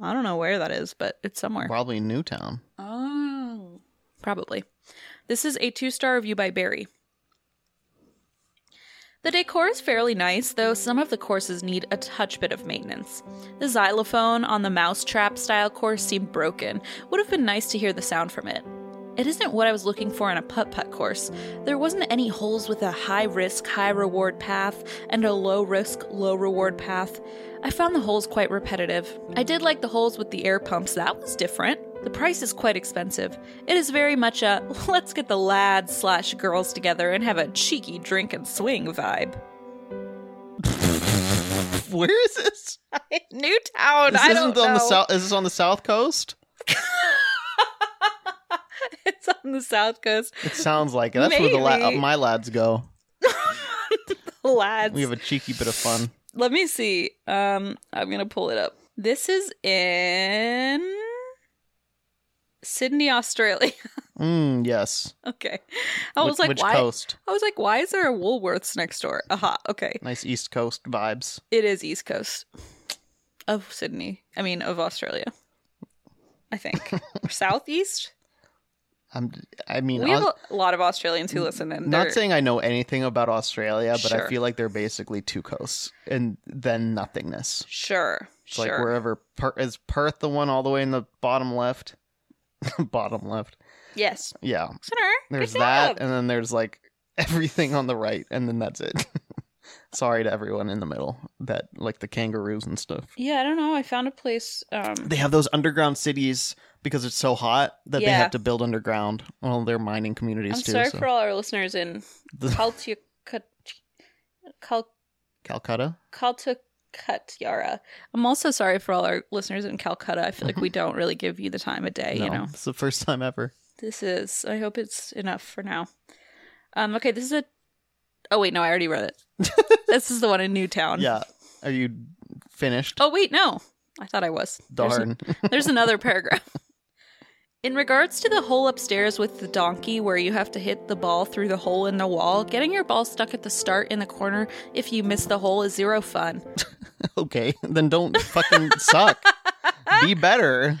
[SPEAKER 1] I don't know where that is, but it's somewhere.
[SPEAKER 2] Probably Newtown.
[SPEAKER 1] Oh. Probably. This is a two star review by Barry. The decor is fairly nice, though some of the courses need a touch bit of maintenance. The xylophone on the mousetrap style course seemed broken. Would have been nice to hear the sound from it. It isn't what I was looking for in a putt putt course. There wasn't any holes with a high risk, high reward path and a low risk, low reward path. I found the holes quite repetitive. I did like the holes with the air pumps, that was different. The price is quite expensive. It is very much a let's get the lads slash girls together and have a cheeky drink and swing vibe.
[SPEAKER 2] Where is this?
[SPEAKER 1] Newtown,
[SPEAKER 2] This
[SPEAKER 1] I
[SPEAKER 2] isn't
[SPEAKER 1] don't know.
[SPEAKER 2] on the south. Is this on the south coast?
[SPEAKER 1] it's on the south coast.
[SPEAKER 2] It sounds like it. That's where the la-
[SPEAKER 1] Maybe.
[SPEAKER 2] my lads go.
[SPEAKER 1] Lads.
[SPEAKER 2] We have a cheeky bit of fun.
[SPEAKER 1] Let me see. Um, I'm gonna pull it up. This is in Sydney, Australia.
[SPEAKER 2] Mm, yes.
[SPEAKER 1] okay, I
[SPEAKER 2] Which-
[SPEAKER 1] Oh, was like,
[SPEAKER 2] which
[SPEAKER 1] why?
[SPEAKER 2] coast?
[SPEAKER 1] I was like, why is there a Woolworths next door? Aha. Okay,
[SPEAKER 2] Nice east coast vibes.
[SPEAKER 1] it is East Coast of Sydney. I mean, of Australia. I think Or southeast.
[SPEAKER 2] I'm, I mean,
[SPEAKER 1] We have
[SPEAKER 2] Aus-
[SPEAKER 1] a lot of Australians who listen, and
[SPEAKER 2] not
[SPEAKER 1] they're-
[SPEAKER 2] saying I know anything about Australia, but I
[SPEAKER 1] Sure.
[SPEAKER 2] feel like they're basically two coasts and then nothingness.
[SPEAKER 1] sure,
[SPEAKER 2] It's
[SPEAKER 1] sure.
[SPEAKER 2] like wherever per- is Perth the one all the way in the bottom left, bottom left.
[SPEAKER 1] yes,
[SPEAKER 2] Yeah,
[SPEAKER 1] Sinner.
[SPEAKER 2] there's
[SPEAKER 1] good
[SPEAKER 2] that,
[SPEAKER 1] job.
[SPEAKER 2] and then there's like everything on the right, and then that's it. Sorry to everyone in the middle that like the kangaroos and stuff.
[SPEAKER 1] Yeah, I don't know. I found a place. Um,
[SPEAKER 2] they have those underground cities because it's so hot that they
[SPEAKER 1] Yeah.
[SPEAKER 2] have to build underground. Well, they're mining communities
[SPEAKER 1] I'm
[SPEAKER 2] too.
[SPEAKER 1] sorry
[SPEAKER 2] so.
[SPEAKER 1] for all our listeners in
[SPEAKER 2] The-
[SPEAKER 1] Caltuc- Cal-
[SPEAKER 2] Calcutta.
[SPEAKER 1] Caltuc- cut, Yara. I'm also sorry for all our listeners in Calcutta. I feel like we don't really give you the time of day,
[SPEAKER 2] Mm-hmm. no,
[SPEAKER 1] you know.
[SPEAKER 2] it's the first time ever.
[SPEAKER 1] This is I hope it's enough for now. Um okay, this is a Oh wait, no, I already read it. this is the one in Newtown.
[SPEAKER 2] Yeah. Are you finished?
[SPEAKER 1] Oh wait, no. I thought I was. There's-
[SPEAKER 2] Darn.
[SPEAKER 1] There's another paragraph. In regards to the hole upstairs with the donkey, where you have to hit the ball through the hole in the wall, getting your ball stuck at the start in the corner if you miss the hole is zero fun.
[SPEAKER 2] okay, then don't fucking suck. Be better.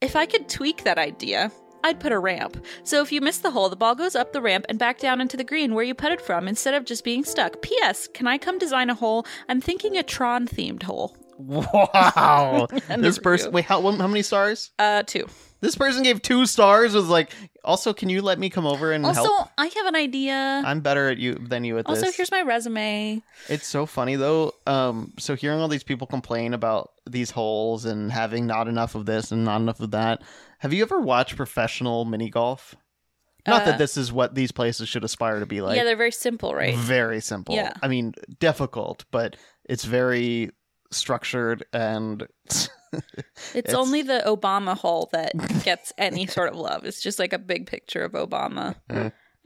[SPEAKER 1] If I could tweak that idea, I'd put a ramp. So if you miss the hole, the ball goes up the ramp and back down into the green where you putted from instead of just being stuck. P.S. Can I come design a hole? I'm thinking a Tron themed hole.
[SPEAKER 2] Wow.
[SPEAKER 1] End
[SPEAKER 2] this
[SPEAKER 1] of
[SPEAKER 2] person.
[SPEAKER 1] review.
[SPEAKER 2] Wait, how how many stars?
[SPEAKER 1] Uh, two.
[SPEAKER 2] This person gave two stars. Was like, also, can you let me come over and
[SPEAKER 1] Also,
[SPEAKER 2] help?
[SPEAKER 1] I have an idea.
[SPEAKER 2] I'm better at you than you at
[SPEAKER 1] Also,
[SPEAKER 2] this.
[SPEAKER 1] here's my resume.
[SPEAKER 2] It's so funny though. Um, so hearing all these people complain about these holes and having not enough of this and not enough of that. Have you ever watched professional mini golf? Not
[SPEAKER 1] Uh,
[SPEAKER 2] that this is what these places should aspire to be like.
[SPEAKER 1] yeah, they're very simple, right?
[SPEAKER 2] Very simple.
[SPEAKER 1] Yeah.
[SPEAKER 2] I mean, difficult, but it's very structured and
[SPEAKER 1] It's,
[SPEAKER 2] It's-
[SPEAKER 1] only the Obama hole that gets any sort of love. It's just like a big picture of Obama.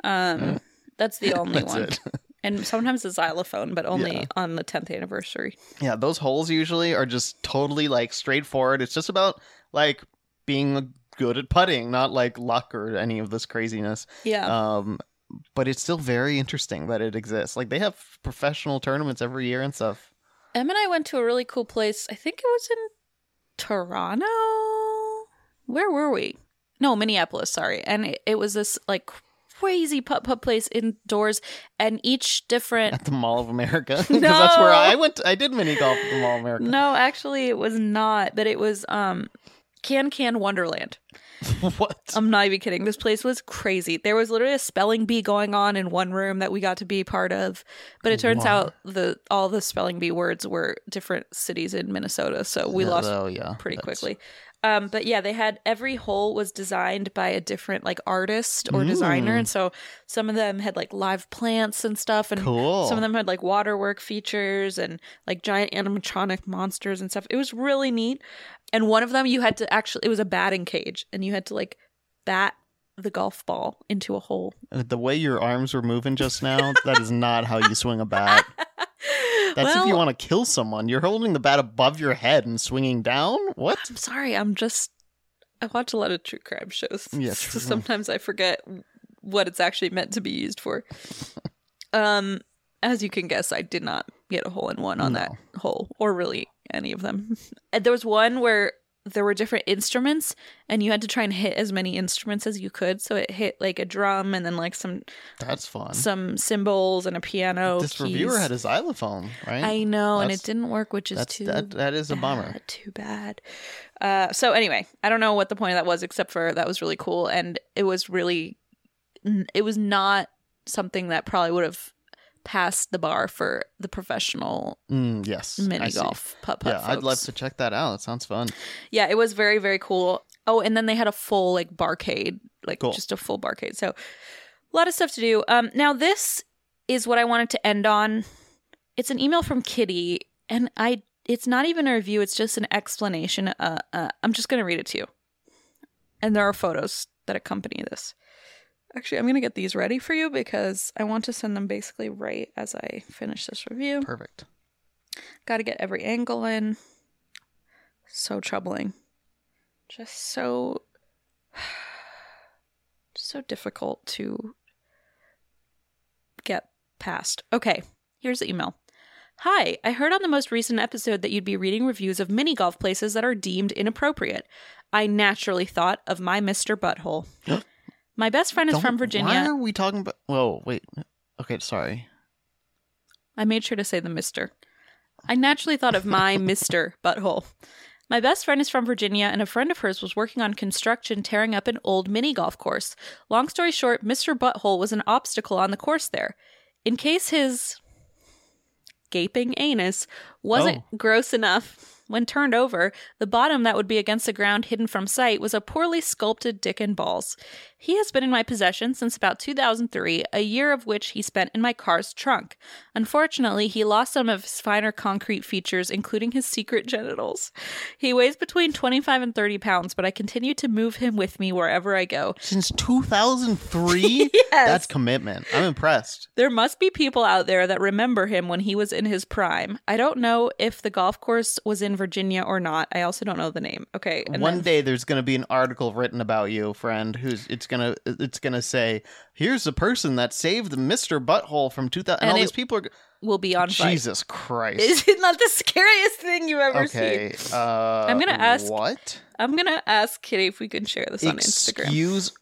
[SPEAKER 1] Um, that's the only
[SPEAKER 2] Mm-hmm. that's
[SPEAKER 1] one.
[SPEAKER 2] it.
[SPEAKER 1] And sometimes a xylophone, but only
[SPEAKER 2] Yeah. Uh,
[SPEAKER 1] on the 10th anniversary.
[SPEAKER 2] Yeah, those holes usually are just totally like straightforward. It's just about like being uh, good at putting, not like luck or any of this craziness.
[SPEAKER 1] Yeah.
[SPEAKER 2] Um, but it's still very interesting that it exists. Like they have professional tournaments every year and stuff.
[SPEAKER 1] Em and I went to a really cool place. I think it was in Toronto. Where were we? No, Minneapolis, sorry. And it, it was this like crazy putt putt place indoors, and each different
[SPEAKER 2] At the Mall of America, because that's where
[SPEAKER 1] No.
[SPEAKER 2] I went. I did mini golf at the Mall of America.
[SPEAKER 1] No, actually, it was not. But it was um, Can Can Wonderland.
[SPEAKER 2] what?
[SPEAKER 1] I'm not even kidding. This place was crazy. There was literally a spelling bee going on in one room that we got to be part of. But it turns
[SPEAKER 2] Wow.
[SPEAKER 1] out the all the spelling bee words were different cities in Minnesota, so we
[SPEAKER 2] Yeah,
[SPEAKER 1] lost
[SPEAKER 2] though, yeah,
[SPEAKER 1] pretty
[SPEAKER 2] that's-
[SPEAKER 1] quickly. Um, but yeah, they had every hole was designed by a different like artist or designer,
[SPEAKER 2] Mm.
[SPEAKER 1] and so some of them had like live plants and stuff, and
[SPEAKER 2] Cool.
[SPEAKER 1] some of them had like waterwork features and like giant animatronic monsters and stuff. It was really neat. And one of them you had to actually it was a batting cage and you had to like bat the golf ball into a hole.
[SPEAKER 2] The way your arms were moving just now, that is not how you swing a bat. That's
[SPEAKER 1] well,
[SPEAKER 2] if you want to kill someone. You're holding the bat above your head and swinging down. What?
[SPEAKER 1] I'm sorry, I'm just I watch a lot of true crime shows.
[SPEAKER 2] Yeah,
[SPEAKER 1] so
[SPEAKER 2] true.
[SPEAKER 1] sometimes I forget what it's actually meant to be used for. Um as you can guess, I did not get a hole in one on that hole or really any of them. And there was one where there were different instruments and you had to try and hit as many instruments as you could. So it hit like a drum and then like some
[SPEAKER 2] That's fun.
[SPEAKER 1] some cymbals and a piano.
[SPEAKER 2] this reviewer
[SPEAKER 1] keys.
[SPEAKER 2] had a xylophone, right?
[SPEAKER 1] I know, and
[SPEAKER 2] That's-
[SPEAKER 1] it didn't work, which is
[SPEAKER 2] That's
[SPEAKER 1] too
[SPEAKER 2] that. That is a bummer.
[SPEAKER 1] bad, too bad. Uh, so anyway, I don't know what the point of that was, except for that was really cool, and it was really, n- it was not something that probably would have passed the bar for the professional
[SPEAKER 2] Mm, yes. I
[SPEAKER 1] mini
[SPEAKER 2] see.
[SPEAKER 1] golf putt putt.
[SPEAKER 2] Yeah, I'd love to check that out. It sounds fun.
[SPEAKER 1] Yeah, it was very very cool. Oh, and then they had a full like barcade, like
[SPEAKER 2] Cool.
[SPEAKER 1] just a full barcade. So a lot of stuff to do. Um, now this is what I wanted to end on. It's an email from Kitty, and I. It's not even a review. It's just an explanation. Uh, uh, I'm just gonna read it to you. And there are photos that accompany this. Actually, I'm gonna get these ready for you because I want to send them basically right as I finish this review.
[SPEAKER 2] Perfect.
[SPEAKER 1] Got to get every angle in. So troubling. Just so so difficult to get past. Okay, here's the email. Hi, I heard on the most recent episode that you'd be reading reviews of mini golf places that are deemed inappropriate. I naturally thought of my Mr. Butthole. my best friend is
[SPEAKER 2] Don't-
[SPEAKER 1] from Virginia.
[SPEAKER 2] Why are we talking about? Whoa, wait. Okay, sorry.
[SPEAKER 1] I made sure to say the mister. I naturally thought of my Mr. Butthole. My best friend is from Virginia, and a friend of hers was working on construction tearing up an old mini golf course. Long story short, Mr. Butthole was an obstacle on the course there. In case his gaping anus wasn't gross enough, when turned over, the bottom that would be against the ground hidden from sight was a poorly sculpted dick and balls. He has been in my possession since about 2003, a year of which he spent in my car's trunk. Unfortunately, he lost some of his finer concrete features, including his secret genitals. He weighs between 25 and 30 pounds, but I continue to move him with me wherever I go.
[SPEAKER 2] Since 2003? That's commitment. I'm impressed.
[SPEAKER 1] There must be people out there that remember him when he was in his prime. I don't know if the golf course was in Virginia or not. I also don't know the name. Okay. and
[SPEAKER 2] One
[SPEAKER 1] then-
[SPEAKER 2] day there's going to be an article written about you, friend, who's it's going to it's going to say, "Here's the person that saved the Mr. Butthole from 2000." And,
[SPEAKER 1] And
[SPEAKER 2] all
[SPEAKER 1] it-
[SPEAKER 2] these people are g-
[SPEAKER 1] We'll be on fire.
[SPEAKER 2] Jesus Christ.
[SPEAKER 1] Is it not the scariest thing you've ever seen?
[SPEAKER 2] okay. Uh, I'm
[SPEAKER 1] gonna ask
[SPEAKER 2] What?
[SPEAKER 1] I'm gonna ask Kitty if we can share this on Instagram.
[SPEAKER 2] Excuse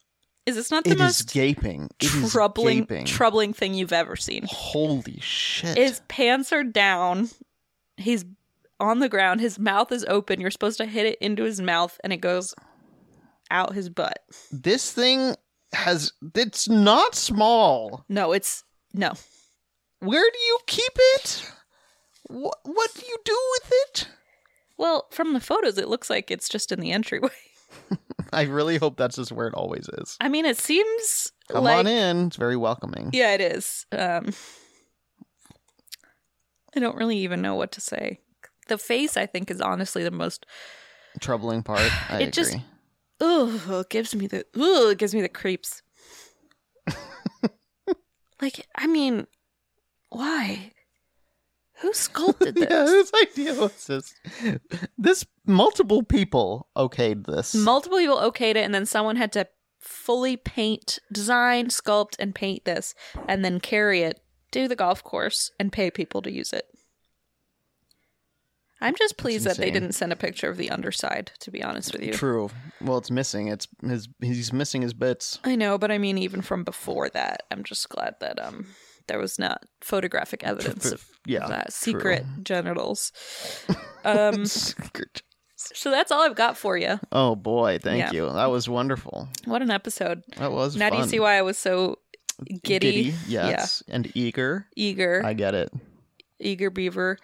[SPEAKER 1] Is this not the
[SPEAKER 2] it is
[SPEAKER 1] most
[SPEAKER 2] gaping. It is
[SPEAKER 1] troubling
[SPEAKER 2] gaping.
[SPEAKER 1] troubling thing you've ever seen?
[SPEAKER 2] Holy shit.
[SPEAKER 1] His pants are down. He's on the ground. His mouth is open. You're supposed to hit it into his mouth, and it goes out his butt.
[SPEAKER 2] this thing has it's not small.
[SPEAKER 1] No, it's no.
[SPEAKER 2] Where do you keep it? What what do you do with it?
[SPEAKER 1] Well, from the photos, it looks like it's just in the entryway.
[SPEAKER 2] I really hope that's just where it always is.
[SPEAKER 1] I mean, it seems
[SPEAKER 2] Come
[SPEAKER 1] like
[SPEAKER 2] on in. It's very welcoming.
[SPEAKER 1] yeah, it is. Um, I don't really even know what to say. The face, I think, is honestly the most.
[SPEAKER 2] Troubling part. I
[SPEAKER 1] It just-
[SPEAKER 2] agree.
[SPEAKER 1] Ooh, it gives me the ooh, it gives me the creeps. like, I mean, why? Who sculpted this?
[SPEAKER 2] yeah, this idea was just this multiple people okayed this.
[SPEAKER 1] Multiple people okayed it, and then someone had to fully paint, design, sculpt, and paint this, and then carry it to the golf course and pay people to use it. I'm just pleased that they
[SPEAKER 2] insane.
[SPEAKER 1] didn't send a picture of the underside, to be honest with you.
[SPEAKER 2] True. Well, it's missing. It's his. He's missing his bits.
[SPEAKER 1] I know, but I mean, even from before that, I'm just glad that um there was not photographic evidence of
[SPEAKER 2] Yeah.
[SPEAKER 1] that
[SPEAKER 2] true.
[SPEAKER 1] secret genitals. Um,
[SPEAKER 2] Secret.
[SPEAKER 1] so that's all I've got for you.
[SPEAKER 2] Oh boy, thank
[SPEAKER 1] Yeah.
[SPEAKER 2] you. That was wonderful.
[SPEAKER 1] What an episode!
[SPEAKER 2] That was
[SPEAKER 1] Now do you
[SPEAKER 2] fun.
[SPEAKER 1] see why I was so giddy?
[SPEAKER 2] Yes, and eager.
[SPEAKER 1] Eager,
[SPEAKER 2] I get it.
[SPEAKER 1] eager beaver.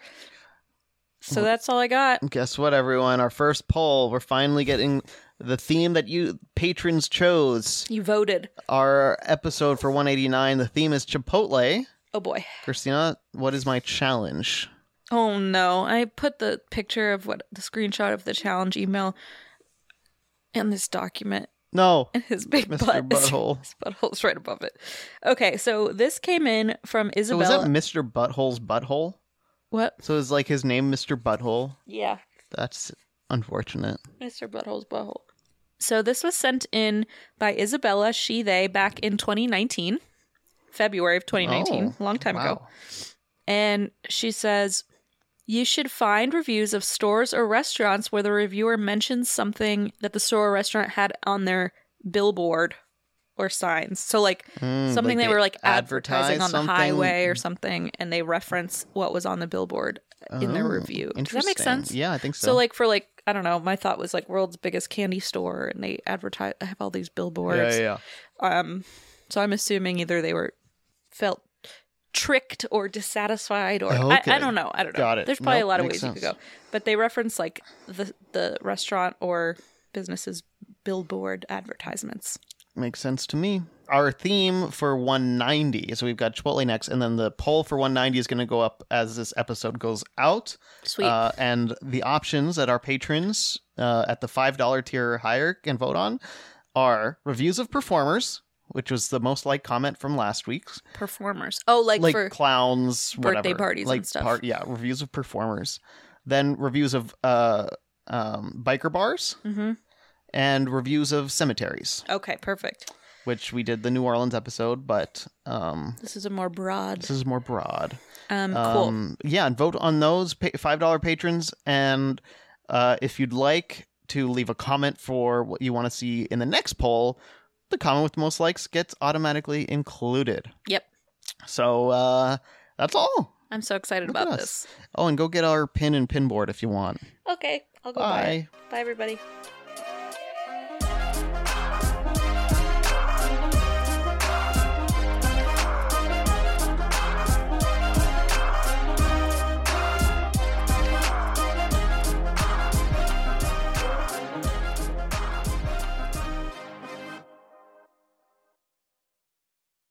[SPEAKER 1] So that's all I got.
[SPEAKER 2] Guess what, everyone? Our first poll. We're finally getting the theme that you patrons chose.
[SPEAKER 1] You voted.
[SPEAKER 2] Our episode for 189. The theme is Chipotle.
[SPEAKER 1] Oh boy.
[SPEAKER 2] Christina, what is my challenge?
[SPEAKER 1] Oh no. I put the picture of what the screenshot of the challenge email in this document.
[SPEAKER 2] No,
[SPEAKER 1] And his big
[SPEAKER 2] Mr.
[SPEAKER 1] butt.
[SPEAKER 2] Butthole.
[SPEAKER 1] His butthole's right above it. Okay, so this came in from
[SPEAKER 2] So was that
[SPEAKER 1] Isabella.
[SPEAKER 2] Mr. Butthole's butthole?
[SPEAKER 1] what?
[SPEAKER 2] So is like his name Mr. Butthole?
[SPEAKER 1] Yeah.
[SPEAKER 2] That's unfortunate.
[SPEAKER 1] Mr. Butthole's butthole. So this was sent in by Isabella She They back in 2019, February of 2019,
[SPEAKER 2] Oh,
[SPEAKER 1] long time ago.
[SPEAKER 2] wow.
[SPEAKER 1] And she says, You should find reviews of stores or restaurants where the reviewer mentions something that the store or restaurant had on their billboard or signs. So, like,
[SPEAKER 2] Mm,
[SPEAKER 1] something they, were like advertising on
[SPEAKER 2] advertise
[SPEAKER 1] the
[SPEAKER 2] something-
[SPEAKER 1] highway or something, and they reference what was on the billboard in their
[SPEAKER 2] Oh,
[SPEAKER 1] review. Does that make
[SPEAKER 2] interesting.
[SPEAKER 1] sense?
[SPEAKER 2] Yeah, I think so.
[SPEAKER 1] So like for like I don't know, my thought was like world's biggest candy store, and they advertise I have all these billboards.
[SPEAKER 2] yeah.
[SPEAKER 1] Um, so I'm assuming either they were felt tricked or dissatisfied, or
[SPEAKER 2] Oh,
[SPEAKER 1] I,
[SPEAKER 2] okay.
[SPEAKER 1] I don't know. I don't know.
[SPEAKER 2] Got it.
[SPEAKER 1] There's probably
[SPEAKER 2] Nope,
[SPEAKER 1] a lot of
[SPEAKER 2] makes
[SPEAKER 1] ways you
[SPEAKER 2] sense.
[SPEAKER 1] could go, but they reference like the the restaurant or businesses billboard advertisements.
[SPEAKER 2] Makes sense to me. Our theme for 190, so we've got Chipotle next, and then the poll for 190 is going to go up as this episode goes out.
[SPEAKER 1] Sweet.
[SPEAKER 2] Uh, and the options that our patrons uh, at the $5 tier or higher can vote on are reviews of performers, which was the most liked comment from last week's,
[SPEAKER 1] Performers. Oh, like,
[SPEAKER 2] like
[SPEAKER 1] for
[SPEAKER 2] clowns,
[SPEAKER 1] birthday
[SPEAKER 2] whatever.
[SPEAKER 1] parties
[SPEAKER 2] like
[SPEAKER 1] and stuff.
[SPEAKER 2] par- yeah, reviews of performers. Then reviews of uh, um, biker bars
[SPEAKER 1] Mhm.
[SPEAKER 2] and reviews of cemeteries
[SPEAKER 1] okay, perfect.
[SPEAKER 2] which we did the New Orleans episode, but um,
[SPEAKER 1] This is a more broad.
[SPEAKER 2] this is more broad.
[SPEAKER 1] Um, cool.
[SPEAKER 2] Um, yeah, and vote on those pa- five dollar patrons, and uh, if you'd like to leave a comment for what you want to see in the next poll, the comment with the most likes gets automatically included.
[SPEAKER 1] Yep.
[SPEAKER 2] So uh, that's all.
[SPEAKER 1] I'm so excited
[SPEAKER 2] look at
[SPEAKER 1] about
[SPEAKER 2] us.
[SPEAKER 1] this.
[SPEAKER 2] Oh, and go get our pin and pin board if you want.
[SPEAKER 1] Okay, I'll go buy it.
[SPEAKER 2] Bye.
[SPEAKER 1] Bye, everybody.